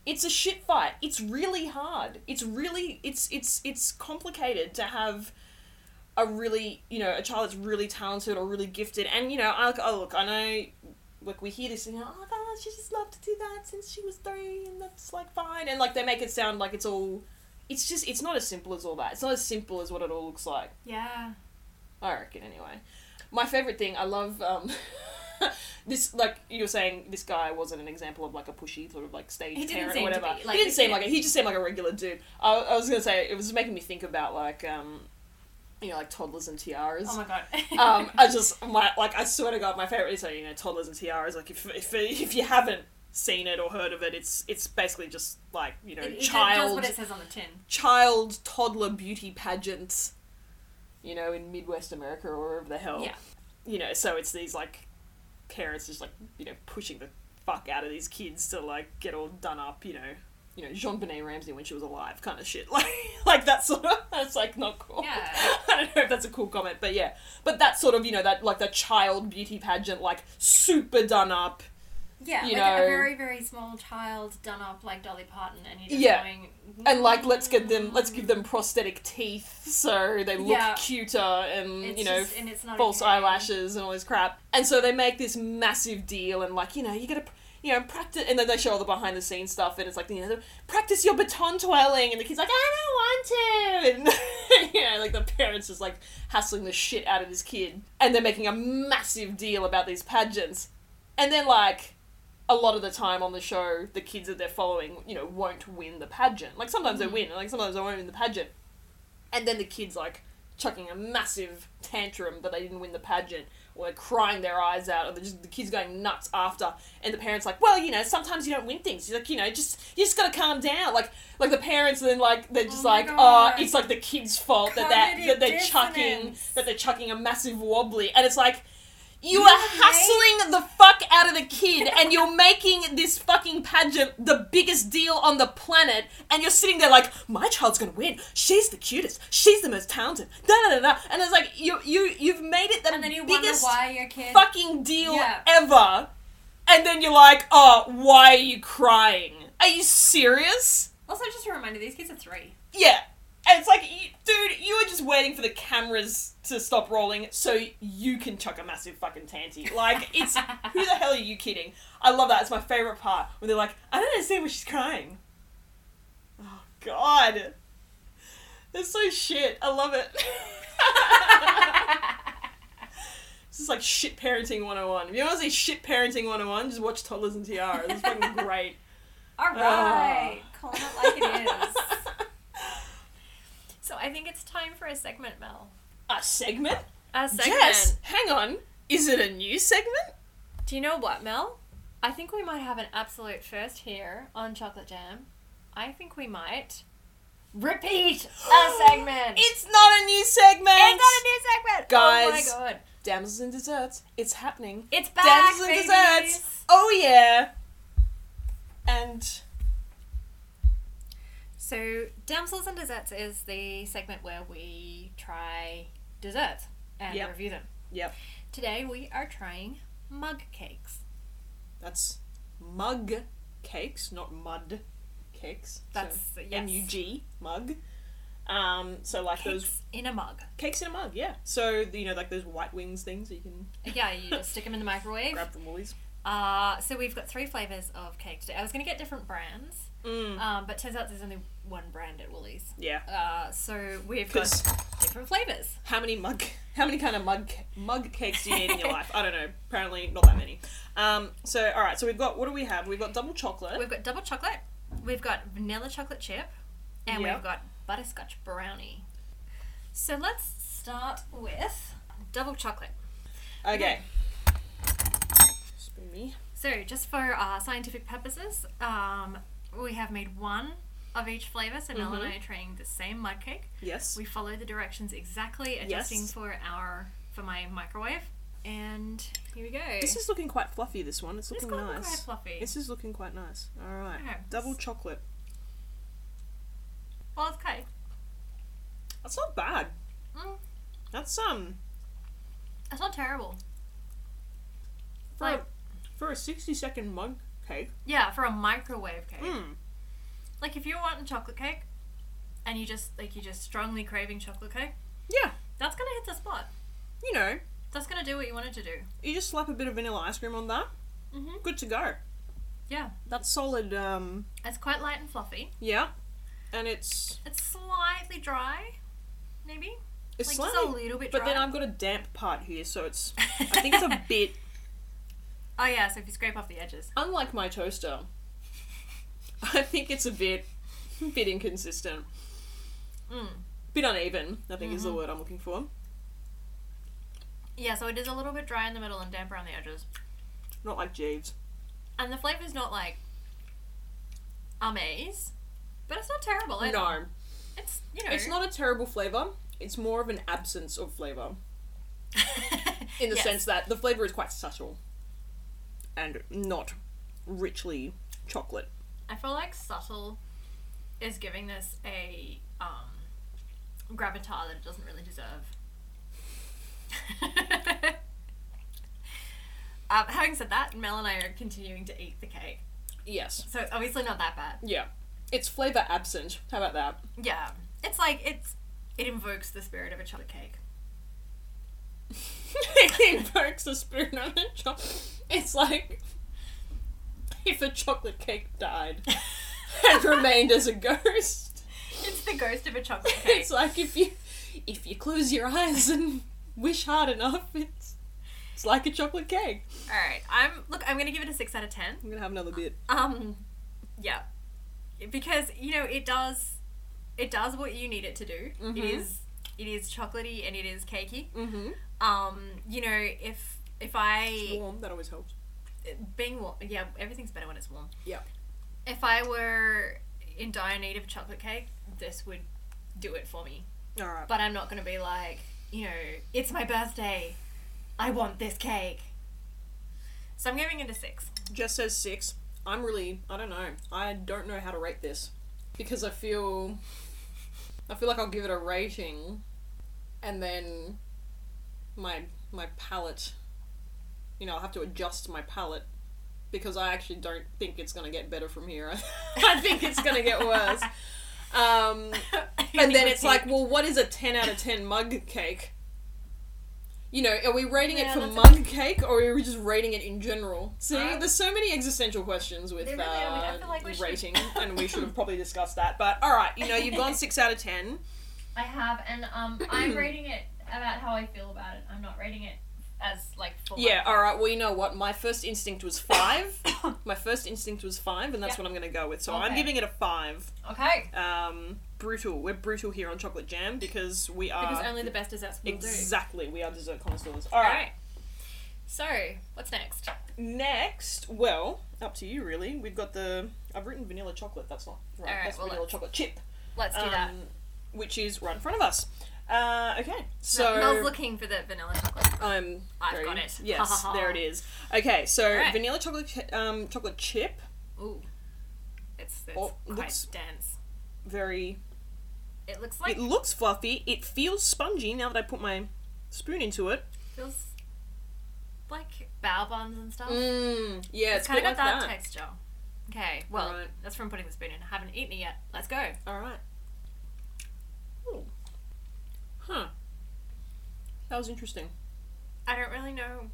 [SPEAKER 2] It's a shit fight. It's really hard. It's really it's it's it's complicated to have a really you know a child that's really talented or really gifted. And you know, I oh, look, I know like we hear this and you know, oh God, she just loved to do that since she was three and that's like fine and like they make it sound like it's all it's just it's not as simple as all that. It's not as simple as what it all looks like.
[SPEAKER 1] Yeah.
[SPEAKER 2] I reckon anyway. My favourite thing, I love um this like you were saying this guy wasn't an example of like a pushy sort of like stage
[SPEAKER 1] He didn't
[SPEAKER 2] parent or
[SPEAKER 1] seem to
[SPEAKER 2] whatever.
[SPEAKER 1] be, like,
[SPEAKER 2] he didn't
[SPEAKER 1] the
[SPEAKER 2] seem
[SPEAKER 1] kid-
[SPEAKER 2] like it. he just seemed like a regular dude. I, I was gonna say it was making me think about like um you know like toddlers and tiaras
[SPEAKER 1] Oh my god.
[SPEAKER 2] um, I just my like I swear to God, my favorite is you know toddlers and tiaras. Like if if if you haven't seen it or heard of it, it's it's basically just like you know
[SPEAKER 1] It- it does
[SPEAKER 2] child
[SPEAKER 1] what it says on the tin.
[SPEAKER 2] child toddler beauty pageants. you know, in Midwest America or wherever the hell.
[SPEAKER 1] Yeah.
[SPEAKER 2] You know, so it's these like parents just like, you know, pushing the fuck out of these kids to like get all done up, you know. You know, Jean Benet Ramsey when she was alive kind of shit. Like like that sort of that's like not cool.
[SPEAKER 1] Yeah.
[SPEAKER 2] I don't know if that's a cool comment, but yeah. But that sort of, you know, that like the child beauty pageant, like super done up.
[SPEAKER 1] Yeah,
[SPEAKER 2] You
[SPEAKER 1] like a
[SPEAKER 2] know-
[SPEAKER 1] very, very small child done up like Dolly Parton, and you're just
[SPEAKER 2] Yeah.
[SPEAKER 1] going. "Mm,
[SPEAKER 2] And like let's get them let's give them prosthetic teeth so they look
[SPEAKER 1] Yeah.
[SPEAKER 2] cuter and
[SPEAKER 1] It's
[SPEAKER 2] you know
[SPEAKER 1] just- and it's not
[SPEAKER 2] false
[SPEAKER 1] okay.
[SPEAKER 2] eyelashes and all this crap. And so they make this massive deal and like, you know, you gotta you know, practice and then they show all the behind the scenes stuff and it's like, you know, practice your baton twirling and the kid's like, I don't want to and you know, like the parents just like hassling the shit out of this kid. And they're making a massive deal about these pageants. And then like a lot of the time on the show, the kids that they're following, you know, won't win the pageant. Like sometimes
[SPEAKER 1] Mm.
[SPEAKER 2] they win, and, like sometimes they won't win the pageant. And then the kids like chucking a massive tantrum that they didn't win the pageant, or they're crying their eyes out, or they're just the kids going nuts after. And the parents like, well, you know, sometimes you don't win things. You're like, you know, just you just gotta calm down. Like, like the parents then like they're just
[SPEAKER 1] Oh my
[SPEAKER 2] like, oh,
[SPEAKER 1] God.
[SPEAKER 2] it's like the kids' fault that that
[SPEAKER 1] Cognitive
[SPEAKER 2] that they're chucking
[SPEAKER 1] dissonance.
[SPEAKER 2] that they're chucking a massive wobbly, and it's like.
[SPEAKER 1] You
[SPEAKER 2] You are
[SPEAKER 1] make-
[SPEAKER 2] hassling the fuck out of the kid, and you're making this fucking pageant the biggest deal on the planet, and you're sitting there like, my child's gonna win. She's the cutest. She's the most talented. Da da da da. And it's like you you you've made it the
[SPEAKER 1] And then you wonder
[SPEAKER 2] biggest
[SPEAKER 1] why your kid.
[SPEAKER 2] fucking deal
[SPEAKER 1] Yeah.
[SPEAKER 2] ever, and then you're like, oh, why are you crying? Are you serious?
[SPEAKER 1] Also, just a reminder, these kids are three.
[SPEAKER 2] Yeah. And it's like, you, dude, you were just waiting for the cameras to stop rolling so you can chuck a massive fucking tanty. Like, it's. who the hell are you kidding? I love that. It's my favourite part when they're like, I don't understand why she's crying. Oh, God. It's so shit. I love it. this is like shit parenting 101. If you want to see shit parenting 101, just watch Toddlers and Tiaras. It's fucking great.
[SPEAKER 1] All right, calling it like it is. So I think it's time for a segment, Mel.
[SPEAKER 2] A segment?
[SPEAKER 1] A segment.
[SPEAKER 2] Jess, hang on. Is it a new segment?
[SPEAKER 1] Do you know what, Mel? I think we might have an absolute first here on chocolate jam. I think we might repeat a segment.
[SPEAKER 2] It's not a new segment.
[SPEAKER 1] I got a new segment,
[SPEAKER 2] Guys.
[SPEAKER 1] Oh my god,
[SPEAKER 2] Damsels and desserts. It's happening.
[SPEAKER 1] it's back,
[SPEAKER 2] Damsels
[SPEAKER 1] babies.
[SPEAKER 2] and desserts. Oh yeah. And
[SPEAKER 1] So, Damsels and Desserts is the segment where we try desserts and
[SPEAKER 2] Yep.
[SPEAKER 1] review them.
[SPEAKER 2] yep,
[SPEAKER 1] Today we are trying mug cakes.
[SPEAKER 2] that's mug cakes, not mud cakes.
[SPEAKER 1] That's
[SPEAKER 2] so,
[SPEAKER 1] yes.
[SPEAKER 2] M U G mug. Um, so like those
[SPEAKER 1] Cakes in a mug.
[SPEAKER 2] cakes in a mug, yeah. So you know, like those white wings things that you can
[SPEAKER 1] Yeah, you just stick them in the microwave.
[SPEAKER 2] grab from Woolies.
[SPEAKER 1] Uh, so we've got three flavors of cake today. I was gonna get different brands,
[SPEAKER 2] Mm.
[SPEAKER 1] um, but turns out there's only one brand at Woolies.
[SPEAKER 2] Yeah.
[SPEAKER 1] Uh, so we've got
[SPEAKER 2] Because
[SPEAKER 1] different flavors.
[SPEAKER 2] how many mug how many kind of mug mug cakes do you need in your life? I don't know. Apparently not that many. Um, so all right, so we've got what do we have? We've got double chocolate.
[SPEAKER 1] We've got double chocolate, we've got vanilla chocolate chip, and
[SPEAKER 2] Yeah.
[SPEAKER 1] we've got butterscotch brownie. So let's start with double chocolate.
[SPEAKER 2] Okay. Spoon me.
[SPEAKER 1] So just for uh, scientific purposes, um, we have made one of each flavor. So Mel
[SPEAKER 2] Mm-hmm.
[SPEAKER 1] and I are trying the same mud cake.
[SPEAKER 2] Yes.
[SPEAKER 1] We follow the directions exactly, adjusting
[SPEAKER 2] Yes.
[SPEAKER 1] for our for my microwave. And here we go.
[SPEAKER 2] This is looking quite fluffy. This one. It's
[SPEAKER 1] It's got
[SPEAKER 2] looking
[SPEAKER 1] to look quite
[SPEAKER 2] nice.
[SPEAKER 1] fluffy.
[SPEAKER 2] This is looking quite nice. All right.
[SPEAKER 1] Yeah.
[SPEAKER 2] Double chocolate.
[SPEAKER 1] well, it's cake.
[SPEAKER 2] That's not bad.
[SPEAKER 1] Mm,
[SPEAKER 2] That's um
[SPEAKER 1] it's not terrible.
[SPEAKER 2] for a,
[SPEAKER 1] Like-
[SPEAKER 2] for a sixty second mug cake.
[SPEAKER 1] Yeah, for a microwave cake.
[SPEAKER 2] Mm.
[SPEAKER 1] Like if you're wanting chocolate cake, and you just like you're just strongly craving chocolate cake,
[SPEAKER 2] Yeah.
[SPEAKER 1] that's gonna hit the spot.
[SPEAKER 2] You know,
[SPEAKER 1] That's gonna do what you want it to do.
[SPEAKER 2] you just slap a bit of vanilla ice cream on that.
[SPEAKER 1] Mhm.
[SPEAKER 2] Good to go.
[SPEAKER 1] Yeah,
[SPEAKER 2] That's solid. Um.
[SPEAKER 1] it's quite light and fluffy.
[SPEAKER 2] Yeah. And it's
[SPEAKER 1] It's slightly dry, maybe.
[SPEAKER 2] it's
[SPEAKER 1] like
[SPEAKER 2] slightly.
[SPEAKER 1] just a little bit dry.
[SPEAKER 2] but then I've got a damp part here, so it's. I think it's a bit
[SPEAKER 1] oh yeah, so if you scrape off the edges.
[SPEAKER 2] unlike my toaster, I think it's a bit bit inconsistent.
[SPEAKER 1] Mm.
[SPEAKER 2] Bit uneven, I think is
[SPEAKER 1] Mm-hmm.
[SPEAKER 2] the word I'm looking for.
[SPEAKER 1] Yeah, so it is a little bit dry in the middle and damp around the edges.
[SPEAKER 2] Not like Jeeves.
[SPEAKER 1] And the flavor's not like amaze, but it's not terrible. Either.
[SPEAKER 2] No.
[SPEAKER 1] It's, you know,
[SPEAKER 2] It's not a terrible flavour. it's more of an absence of flavor in the
[SPEAKER 1] Yes.
[SPEAKER 2] sense that the flavor is quite subtle and not richly chocolate.
[SPEAKER 1] I feel like subtle is giving this a um, gravitar that it doesn't really deserve. um, having said that, Mel and I are continuing to eat the cake,
[SPEAKER 2] Yes.
[SPEAKER 1] so it's obviously not that bad.
[SPEAKER 2] Yeah. It's flavor absent. How about that?
[SPEAKER 1] Yeah, it's like it's it invokes the spirit of a chocolate cake.
[SPEAKER 2] it invokes the spirit of the chocolate. It's like if a chocolate cake died and remained as a ghost.
[SPEAKER 1] It's the ghost of a chocolate cake.
[SPEAKER 2] It's like if you if you close your eyes and wish hard enough, it's it's like a chocolate cake.
[SPEAKER 1] All right, I'm look. I'm gonna give it a six out of ten.
[SPEAKER 2] I'm gonna have another bit.
[SPEAKER 1] Um, yeah, because you know it does, it does what you need it to do. It
[SPEAKER 2] Mhm.
[SPEAKER 1] is, it is chocolatey and it is cakey.
[SPEAKER 2] Mm-hmm.
[SPEAKER 1] Um, you know if if I
[SPEAKER 2] Warm, that always helps.
[SPEAKER 1] being warm, yeah, everything's better when it's warm.
[SPEAKER 2] Yeah.
[SPEAKER 1] If I were in dire need of a chocolate cake, this would do it for me.
[SPEAKER 2] Alright.
[SPEAKER 1] But I'm not gonna be like, you know, it's my birthday, I want this cake. So I'm giving it a six.
[SPEAKER 2] Just says six. I'm really I don't know. I don't know how to rate this. Because I feel I feel like I'll give it a rating and then my my palette you know, I'll have to adjust my palette because I actually don't think it's gonna get better from here. I think it's gonna get worse. Um and then it's like, well, what is a 10 out of 10 mug cake? You know, are we rating
[SPEAKER 1] Yeah,
[SPEAKER 2] it for
[SPEAKER 1] that's a-
[SPEAKER 2] mug cake or are we just rating it in general? See,
[SPEAKER 1] Um,
[SPEAKER 2] there's so many existential questions with
[SPEAKER 1] There
[SPEAKER 2] uh,
[SPEAKER 1] really are. I feel like we should-
[SPEAKER 2] rating, and we should have probably discussed that. But all right, you know, you've gone 6 out of 10.
[SPEAKER 1] I have, and um, I'm rating it about how I feel about it. I'm not rating it as like full.
[SPEAKER 2] Yeah, all right, well, you know what? My first instinct was 5. My first instinct was 5, and that's
[SPEAKER 1] Yeah.
[SPEAKER 2] what I'm going to go with. So I'm
[SPEAKER 1] Okay.
[SPEAKER 2] giving it a 5.
[SPEAKER 1] Okay.
[SPEAKER 2] Um, brutal. We're brutal here on Chocolate Jam because we are.
[SPEAKER 1] Because only the best desserts will
[SPEAKER 2] Exactly, we are dessert connoisseurs.
[SPEAKER 1] do.
[SPEAKER 2] All
[SPEAKER 1] All
[SPEAKER 2] right.
[SPEAKER 1] right. So what's next?
[SPEAKER 2] Next, well, up to you really. We've got the I've written vanilla chocolate. That's not right.
[SPEAKER 1] Alright,
[SPEAKER 2] that's
[SPEAKER 1] well,
[SPEAKER 2] vanilla
[SPEAKER 1] let's
[SPEAKER 2] chocolate chip,
[SPEAKER 1] Let's do that.
[SPEAKER 2] um, which is right in front of us. Uh, okay, so
[SPEAKER 1] Mel's looking for the vanilla chocolate.
[SPEAKER 2] I'm.
[SPEAKER 1] I've
[SPEAKER 2] very-
[SPEAKER 1] got it.
[SPEAKER 2] Yes, there it is. Okay, so
[SPEAKER 1] Alright.
[SPEAKER 2] vanilla chocolate chi- um, chocolate chip,
[SPEAKER 1] Ooh, it's, it's
[SPEAKER 2] Oh,
[SPEAKER 1] quite
[SPEAKER 2] looks-
[SPEAKER 1] dense.
[SPEAKER 2] very.
[SPEAKER 1] It looks like
[SPEAKER 2] it looks fluffy. It feels spongy now that I put my spoon into it.
[SPEAKER 1] feels like bao buns and stuff. Mm,
[SPEAKER 2] Mmm. Yeah, it's,
[SPEAKER 1] kind of
[SPEAKER 2] a
[SPEAKER 1] got
[SPEAKER 2] bit
[SPEAKER 1] that,
[SPEAKER 2] like that.
[SPEAKER 1] texture. Okay, well,
[SPEAKER 2] Right.
[SPEAKER 1] that's from putting the spoon in. I haven't eaten it yet. Let's go.
[SPEAKER 2] All right. Ooh. Huh. That was interesting.
[SPEAKER 1] I don't really know.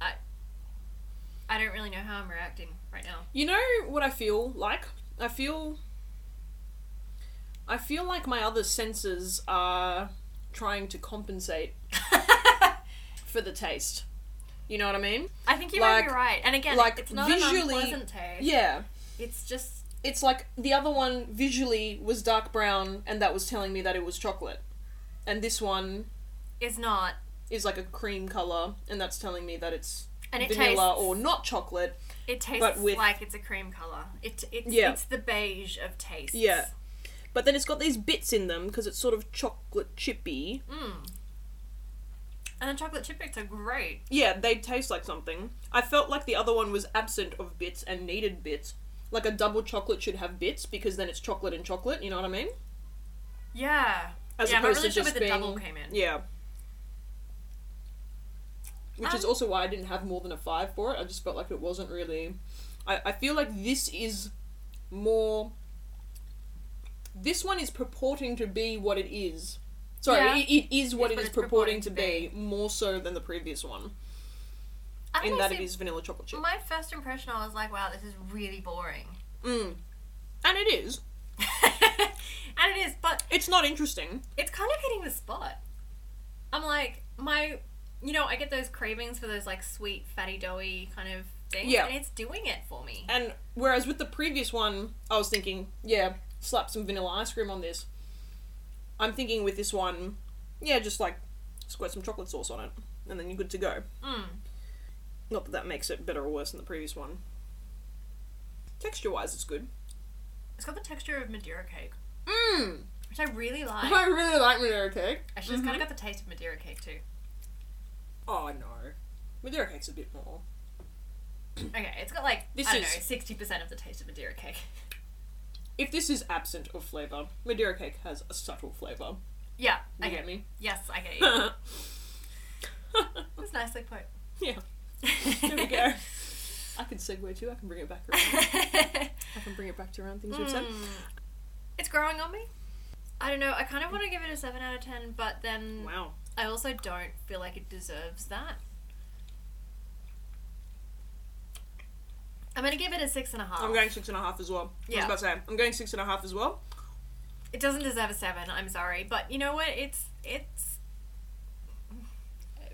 [SPEAKER 1] I I don't really know how I'm reacting right now.
[SPEAKER 2] You know what I feel like? I feel. I feel like my other senses are trying to compensate for the taste. You know what I mean?
[SPEAKER 1] I think you might
[SPEAKER 2] Like-
[SPEAKER 1] be right. And again,
[SPEAKER 2] like,
[SPEAKER 1] it's not an
[SPEAKER 2] visually-
[SPEAKER 1] unpleasant taste.
[SPEAKER 2] Yeah.
[SPEAKER 1] It's just
[SPEAKER 2] It's like the other one visually was dark brown, and that was telling me that it was chocolate. And this one
[SPEAKER 1] is not,
[SPEAKER 2] is like a cream color, and that's telling me that it's
[SPEAKER 1] and it
[SPEAKER 2] vanilla
[SPEAKER 1] tastes.
[SPEAKER 2] or not chocolate.
[SPEAKER 1] it tastes
[SPEAKER 2] but with-
[SPEAKER 1] like it's a cream color. It it's
[SPEAKER 2] Yeah.
[SPEAKER 1] it's the beige of taste.
[SPEAKER 2] Yeah. But then it's got these bits in them because it's sort of chocolate chippy.
[SPEAKER 1] Mm. And the chocolate chip bits are great.
[SPEAKER 2] Yeah, they taste like something. I felt like the other one was absent of bits and needed bits. Like a double chocolate should have bits because then it's chocolate and chocolate, you know what I mean?
[SPEAKER 1] Yeah.
[SPEAKER 2] As
[SPEAKER 1] yeah, I'm not
[SPEAKER 2] opposed
[SPEAKER 1] really
[SPEAKER 2] to
[SPEAKER 1] sure where
[SPEAKER 2] just
[SPEAKER 1] the double
[SPEAKER 2] being-
[SPEAKER 1] came in.
[SPEAKER 2] Yeah. Which is
[SPEAKER 1] Um,
[SPEAKER 2] also why I didn't have more than a five for it. I just felt like it wasn't really. I, I feel like this is more. This one is purporting to be what it is. Sorry,
[SPEAKER 1] Yeah.
[SPEAKER 2] it, it
[SPEAKER 1] It's
[SPEAKER 2] is what it
[SPEAKER 1] what
[SPEAKER 2] is
[SPEAKER 1] it's
[SPEAKER 2] purporting,
[SPEAKER 1] purporting
[SPEAKER 2] to
[SPEAKER 1] to
[SPEAKER 2] be, more so than the previous one.
[SPEAKER 1] I
[SPEAKER 2] In
[SPEAKER 1] think
[SPEAKER 2] that
[SPEAKER 1] I
[SPEAKER 2] it
[SPEAKER 1] see-
[SPEAKER 2] is vanilla chocolate chip.
[SPEAKER 1] my first impression, I was like, wow, this is really boring.
[SPEAKER 2] Mm. And it is.
[SPEAKER 1] and it is, but
[SPEAKER 2] It's not interesting.
[SPEAKER 1] it's kind of hitting the spot. I'm like, my, you know, I get those cravings for those like sweet, fatty, doughy kind of things,
[SPEAKER 2] Yeah.
[SPEAKER 1] and it's doing it for me.
[SPEAKER 2] And whereas with the previous one, I was thinking, yeah, slap some vanilla ice cream on this. I'm thinking with this one, yeah, just like squirt some chocolate sauce on it, and then you're good to go.
[SPEAKER 1] Mm.
[SPEAKER 2] Not that that makes it better or worse than the previous one. Texture wise, it's good.
[SPEAKER 1] It's got the texture of Madeira cake,
[SPEAKER 2] Mmm!
[SPEAKER 1] which I really like.
[SPEAKER 2] I really like Madeira cake.
[SPEAKER 1] Actually, it's kind
[SPEAKER 2] Mhm.
[SPEAKER 1] of got the taste of Madeira cake too.
[SPEAKER 2] Oh no, Madeira cake's a bit more.
[SPEAKER 1] Okay, it's got like
[SPEAKER 2] This
[SPEAKER 1] I don't
[SPEAKER 2] is-
[SPEAKER 1] know, sixty percent of the taste of Madeira cake.
[SPEAKER 2] If this is absent of flavour, Madeira cake has a subtle flavour.
[SPEAKER 1] yeah,
[SPEAKER 2] You
[SPEAKER 1] I
[SPEAKER 2] get
[SPEAKER 1] get.
[SPEAKER 2] me?
[SPEAKER 1] Yes, I get you.
[SPEAKER 2] yeah.
[SPEAKER 1] That's nicely put.
[SPEAKER 2] There we go. I can segue too. I can bring it back around. I can bring it back to around things we've said.
[SPEAKER 1] Mm. It's growing on me. I don't know. I kind of want to give it a seven out of ten, but then
[SPEAKER 2] Wow.
[SPEAKER 1] I also don't feel like it deserves that. I'm gonna give it a six and a half.
[SPEAKER 2] I'm going six and a half as well. I was
[SPEAKER 1] Yeah.
[SPEAKER 2] about to say, I'm going six and a half as well.
[SPEAKER 1] It doesn't deserve a seven. I'm sorry, but you know what? It's it's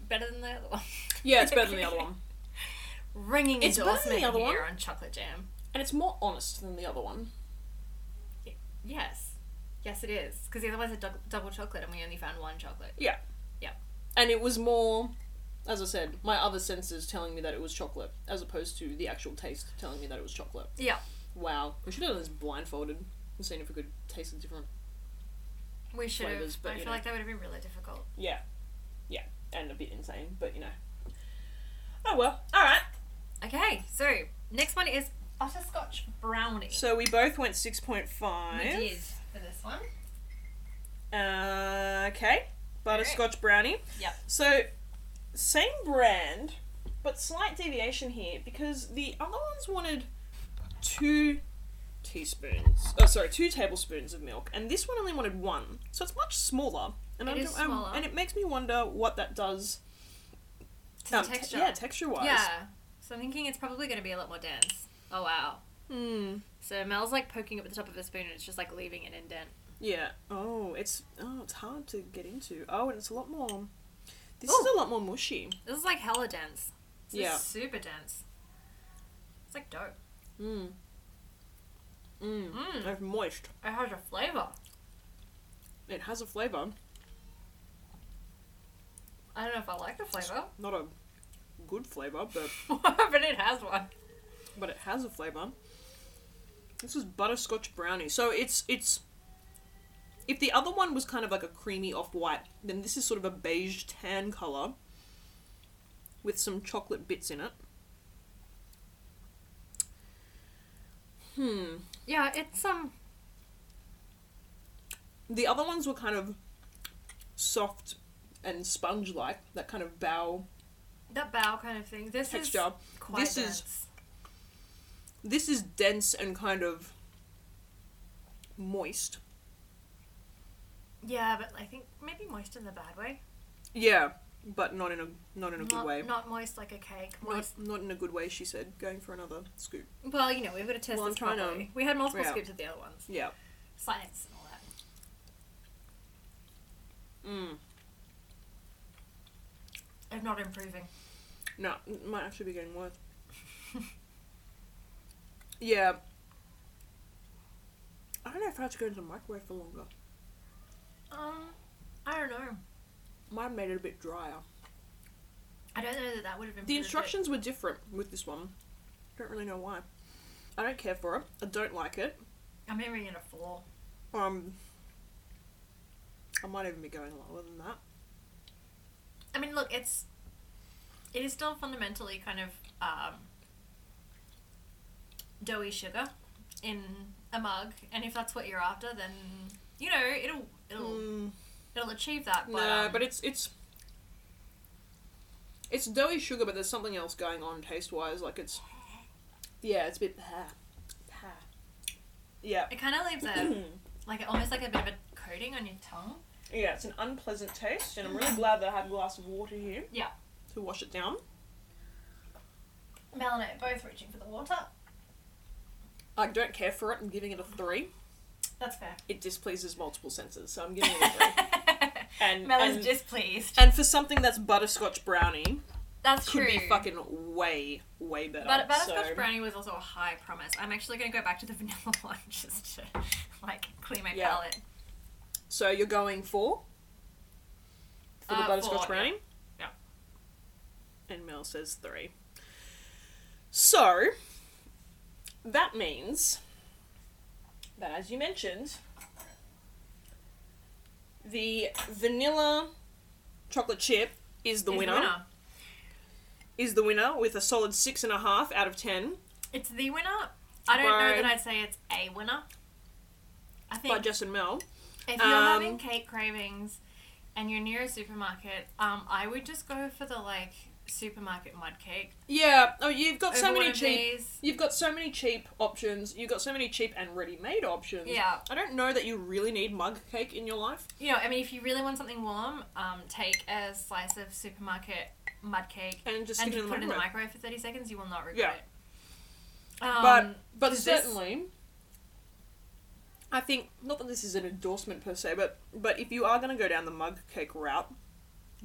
[SPEAKER 1] better than the other one.
[SPEAKER 2] Yeah, it's better than the other one.
[SPEAKER 1] Ringing
[SPEAKER 2] It's better than the
[SPEAKER 1] endorsement
[SPEAKER 2] other one.
[SPEAKER 1] here on chocolate jam.
[SPEAKER 2] And it's more honest than the other one.
[SPEAKER 1] Yes, yes, it is. Because the other one's a dou- double chocolate, and we only found one chocolate.
[SPEAKER 2] Yeah.
[SPEAKER 1] Yeah.
[SPEAKER 2] And it was more, as I said, my other senses telling me that it was chocolate, as opposed to the actual taste telling me that it was chocolate.
[SPEAKER 1] Yeah,
[SPEAKER 2] Wow. We should have done this blindfolded and seen if we could taste the different.
[SPEAKER 1] we should have.
[SPEAKER 2] Flavours, but
[SPEAKER 1] I
[SPEAKER 2] you
[SPEAKER 1] feel
[SPEAKER 2] know.
[SPEAKER 1] like that would have been really difficult.
[SPEAKER 2] Yeah. Yeah. And a bit insane, but you know. Oh well. Alright.
[SPEAKER 1] Okay, so next one is butterscotch brownie.
[SPEAKER 2] So we both went 6.5.
[SPEAKER 1] We did for this one.
[SPEAKER 2] Uh, okay. Butterscotch brownie.
[SPEAKER 1] Yep.
[SPEAKER 2] So, same brand, but slight deviation here because the other ones wanted two teaspoons. Oh, sorry, two tablespoons of milk, and this one only wanted one. So it's much smaller, and
[SPEAKER 1] It
[SPEAKER 2] I
[SPEAKER 1] is
[SPEAKER 2] don't- um,
[SPEAKER 1] smaller.
[SPEAKER 2] and it makes me wonder what that does.
[SPEAKER 1] To
[SPEAKER 2] um,
[SPEAKER 1] the
[SPEAKER 2] te-
[SPEAKER 1] texture.
[SPEAKER 2] yeah, texture wise.
[SPEAKER 1] Yeah. So I'm thinking it's probably going to be a lot more dense. Oh wow.
[SPEAKER 2] Hmm.
[SPEAKER 1] So Mel's like poking it with the top of a spoon and it's just like leaving an indent.
[SPEAKER 2] Yeah. Oh, it's oh, it's hard to get into. Oh, and it's a lot more. This is
[SPEAKER 1] Ooh.
[SPEAKER 2] a lot more mushy.
[SPEAKER 1] This is like hella dense. This
[SPEAKER 2] Yeah.
[SPEAKER 1] is super dense. It's like dope.
[SPEAKER 2] Mm. Mm.
[SPEAKER 1] Mm.
[SPEAKER 2] It's moist.
[SPEAKER 1] It has a flavour.
[SPEAKER 2] It has a flavour.
[SPEAKER 1] I don't know if I like the flavour,
[SPEAKER 2] Not a good flavour, but
[SPEAKER 1] but it has one.
[SPEAKER 2] but it has a flavour. This is butterscotch brownie. So it's it's if the other one was kind of like a creamy off white, then this is sort of a beige tan colour with some chocolate bits in it. Hmm.
[SPEAKER 1] Yeah, it's um
[SPEAKER 2] The other ones were kind of soft and sponge like, that kind of bow
[SPEAKER 1] that bow kind of thing. This is
[SPEAKER 2] texture.
[SPEAKER 1] quite
[SPEAKER 2] this is-
[SPEAKER 1] dense.
[SPEAKER 2] This is dense and kind of moist.
[SPEAKER 1] Yeah, but I think maybe moist in the bad way.
[SPEAKER 2] Yeah, but not in a not in a
[SPEAKER 1] not,
[SPEAKER 2] good way.
[SPEAKER 1] Not moist like a cake.
[SPEAKER 2] Not,
[SPEAKER 1] Moist.
[SPEAKER 2] not in a good way, she said, going for another scoop.
[SPEAKER 1] Well, you know, we've got to test
[SPEAKER 2] Well, I'm
[SPEAKER 1] this
[SPEAKER 2] trying to-
[SPEAKER 1] properly. We had multiple
[SPEAKER 2] yeah.
[SPEAKER 1] scoops of the other ones.
[SPEAKER 2] Yeah.
[SPEAKER 1] Science and all that.
[SPEAKER 2] Mm.
[SPEAKER 1] I'm not improving.
[SPEAKER 2] No, it might actually be getting worse. yeah. I don't know if I had to go into the microwave for longer.
[SPEAKER 1] Um, I don't know.
[SPEAKER 2] Mine made it a bit drier.
[SPEAKER 1] I don't know that that would have improved.
[SPEAKER 2] The
[SPEAKER 1] it.
[SPEAKER 2] instructions were different with this one. Don't really know why. I don't care for it. I don't like it.
[SPEAKER 1] I'm hearing it a four.
[SPEAKER 2] Um, I might even be going lower than that.
[SPEAKER 1] I mean, look, it's it is still fundamentally kind of um, doughy sugar in a mug, and if that's what you're after, then you know it'll it'll
[SPEAKER 2] Mm.
[SPEAKER 1] it'll achieve that. Oh. But,
[SPEAKER 2] no,
[SPEAKER 1] um,
[SPEAKER 2] but it's it's it's doughy sugar, but there's something else going on taste wise. Like it's yeah, it's a bit yeah,
[SPEAKER 1] It kind of leaves a like almost like a bit of a coating on your tongue.
[SPEAKER 2] yeah. It's an unpleasant taste, and I'm
[SPEAKER 1] Mm.
[SPEAKER 2] really glad that I have a glass of water here.
[SPEAKER 1] Yeah.
[SPEAKER 2] to wash it down.
[SPEAKER 1] Mel and I are both reaching for the water.
[SPEAKER 2] I don't care for it. I'm giving it a three.
[SPEAKER 1] That's fair.
[SPEAKER 2] It displeases multiple senses, so I'm giving it a three. and
[SPEAKER 1] Mel is
[SPEAKER 2] and,
[SPEAKER 1] displeased.
[SPEAKER 2] and for something that's butterscotch brownie,
[SPEAKER 1] That's
[SPEAKER 2] could
[SPEAKER 1] true.
[SPEAKER 2] be fucking way way better.
[SPEAKER 1] but butterscotch
[SPEAKER 2] so,
[SPEAKER 1] brownie was also a high promise. I'm actually gonna go back to the vanilla one just to like clear my
[SPEAKER 2] Yeah.
[SPEAKER 1] palate.
[SPEAKER 2] So you're going for for the
[SPEAKER 1] Uh,
[SPEAKER 2] butterscotch
[SPEAKER 1] four,
[SPEAKER 2] brownie.
[SPEAKER 1] yeah.
[SPEAKER 2] And Mel says three. So that means that, as you mentioned, The vanilla chocolate chip is the
[SPEAKER 1] Is
[SPEAKER 2] winner. Is the winner with a solid six and a half out of ten.
[SPEAKER 1] It's the winner. I don't know
[SPEAKER 2] Bro.
[SPEAKER 1] that I'd say it's a winner. I think
[SPEAKER 2] By Jess and Mel.
[SPEAKER 1] if you're
[SPEAKER 2] um,
[SPEAKER 1] having cake cravings and you're near a supermarket, um, I would just go for the like supermarket mud cake.
[SPEAKER 2] Yeah. Oh, you've got so
[SPEAKER 1] over one
[SPEAKER 2] many
[SPEAKER 1] of
[SPEAKER 2] cheap.
[SPEAKER 1] these.
[SPEAKER 2] You've got so many cheap options. You've got so many cheap and ready-made options.
[SPEAKER 1] Yeah.
[SPEAKER 2] I don't know that you really need mug cake in your life.
[SPEAKER 1] You know, I mean, if you really want something warm, um, take a slice of supermarket mud cake
[SPEAKER 2] And just
[SPEAKER 1] and
[SPEAKER 2] stick it
[SPEAKER 1] just
[SPEAKER 2] in the
[SPEAKER 1] put it in the
[SPEAKER 2] microwave.
[SPEAKER 1] microwave for 30 seconds. You will not
[SPEAKER 2] Yeah.
[SPEAKER 1] regret it. Um,
[SPEAKER 2] but but
[SPEAKER 1] does this-
[SPEAKER 2] certainly, I think not that this is an endorsement per se, but but if you are going to go down the mug cake route,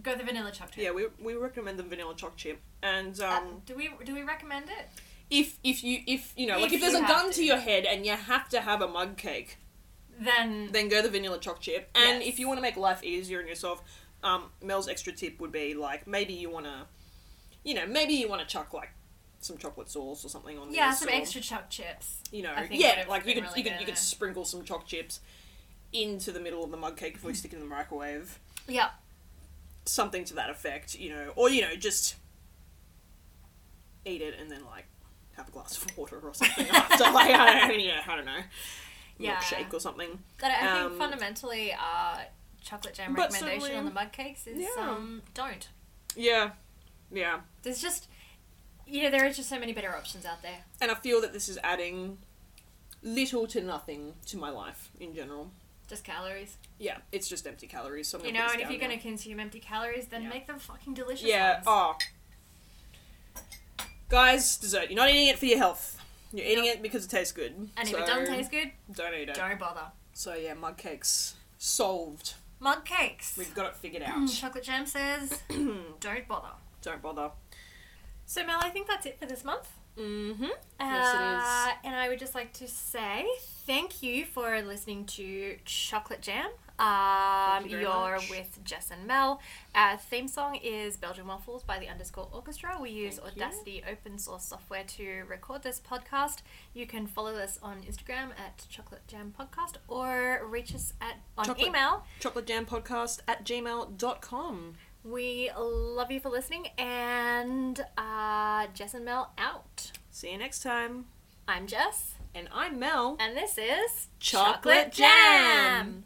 [SPEAKER 1] go the vanilla chocolate. chip.
[SPEAKER 2] yeah, we, we recommend the vanilla choc chip. And
[SPEAKER 1] Uh,
[SPEAKER 2] um,
[SPEAKER 1] do we do we recommend it?
[SPEAKER 2] if if you if you know
[SPEAKER 1] If
[SPEAKER 2] like if there's
[SPEAKER 1] you
[SPEAKER 2] a
[SPEAKER 1] have
[SPEAKER 2] gun
[SPEAKER 1] to.
[SPEAKER 2] to your head and you have to have a mug cake,
[SPEAKER 1] Then
[SPEAKER 2] then go the vanilla choc chip. And
[SPEAKER 1] Yes.
[SPEAKER 2] if you want to make life easier on yourself, um, Mel's extra tip would be like maybe you want to, you know, maybe you want to chuck like some chocolate sauce or something on
[SPEAKER 1] yeah,
[SPEAKER 2] this,
[SPEAKER 1] some
[SPEAKER 2] or-
[SPEAKER 1] extra choc chips.
[SPEAKER 2] you know,
[SPEAKER 1] I think would
[SPEAKER 2] yeah,
[SPEAKER 1] have
[SPEAKER 2] like you
[SPEAKER 1] been
[SPEAKER 2] could
[SPEAKER 1] really
[SPEAKER 2] you could
[SPEAKER 1] good
[SPEAKER 2] you
[SPEAKER 1] in
[SPEAKER 2] could
[SPEAKER 1] it.
[SPEAKER 2] sprinkle some choc chips into the middle of the mug cake before you stick it in the microwave,
[SPEAKER 1] Yeah,
[SPEAKER 2] something to that effect, you know, or you know just eat it and then like have a glass of water or something after, like I don't, yeah, I don't know,
[SPEAKER 1] Yeah.
[SPEAKER 2] milkshake or something.
[SPEAKER 1] but I think
[SPEAKER 2] Um,
[SPEAKER 1] fundamentally, uh, chocolate jam
[SPEAKER 2] but
[SPEAKER 1] recommendation
[SPEAKER 2] certainly-
[SPEAKER 1] on the mug cakes is
[SPEAKER 2] Yeah.
[SPEAKER 1] um, don't.
[SPEAKER 2] Yeah, yeah,
[SPEAKER 1] There's just you know there are just so many better options out there.
[SPEAKER 2] and I feel that this is adding little to nothing to my life in general.
[SPEAKER 1] Just calories,
[SPEAKER 2] Yeah, it's just empty calories. So I'm
[SPEAKER 1] you
[SPEAKER 2] gonna
[SPEAKER 1] know.
[SPEAKER 2] put
[SPEAKER 1] And
[SPEAKER 2] this
[SPEAKER 1] if you're
[SPEAKER 2] down
[SPEAKER 1] gonna consume empty calories, then
[SPEAKER 2] Yeah.
[SPEAKER 1] make them fucking delicious.
[SPEAKER 2] Yeah.
[SPEAKER 1] ones.
[SPEAKER 2] Oh. Guys, dessert. You're not eating it for your health. You're eating it because it tastes good.
[SPEAKER 1] and if
[SPEAKER 2] So,
[SPEAKER 1] it doesn't taste good,
[SPEAKER 2] don't eat it.
[SPEAKER 1] don't bother.
[SPEAKER 2] So yeah, mug cakes solved.
[SPEAKER 1] Mug cakes.
[SPEAKER 2] We've got it figured out.
[SPEAKER 1] Chocolate jam says don't bother.
[SPEAKER 2] don't bother.
[SPEAKER 1] So Mel, I think that's it for this month.
[SPEAKER 2] Mm-hmm.
[SPEAKER 1] Uh,
[SPEAKER 2] Yes,
[SPEAKER 1] and I would just like to say thank you for listening to Chocolate Jam. Um,
[SPEAKER 2] you very
[SPEAKER 1] you are
[SPEAKER 2] much.
[SPEAKER 1] with Jess and Mel. Our theme song is Belgian Waffles by the Underscore Orchestra. We use
[SPEAKER 2] Thank you.
[SPEAKER 1] Audacity open source software to record this podcast. You can follow us on Instagram at Chocolate Jam Podcast or reach us at on
[SPEAKER 2] Chocolate-
[SPEAKER 1] email.
[SPEAKER 2] Chocolate jam podcast at gmail.com.
[SPEAKER 1] We love you for listening, and uh, Jess and Mel out.
[SPEAKER 2] See you next time.
[SPEAKER 1] I'm Jess.
[SPEAKER 2] And I'm Mel.
[SPEAKER 1] And this is
[SPEAKER 2] Chocolate Jam.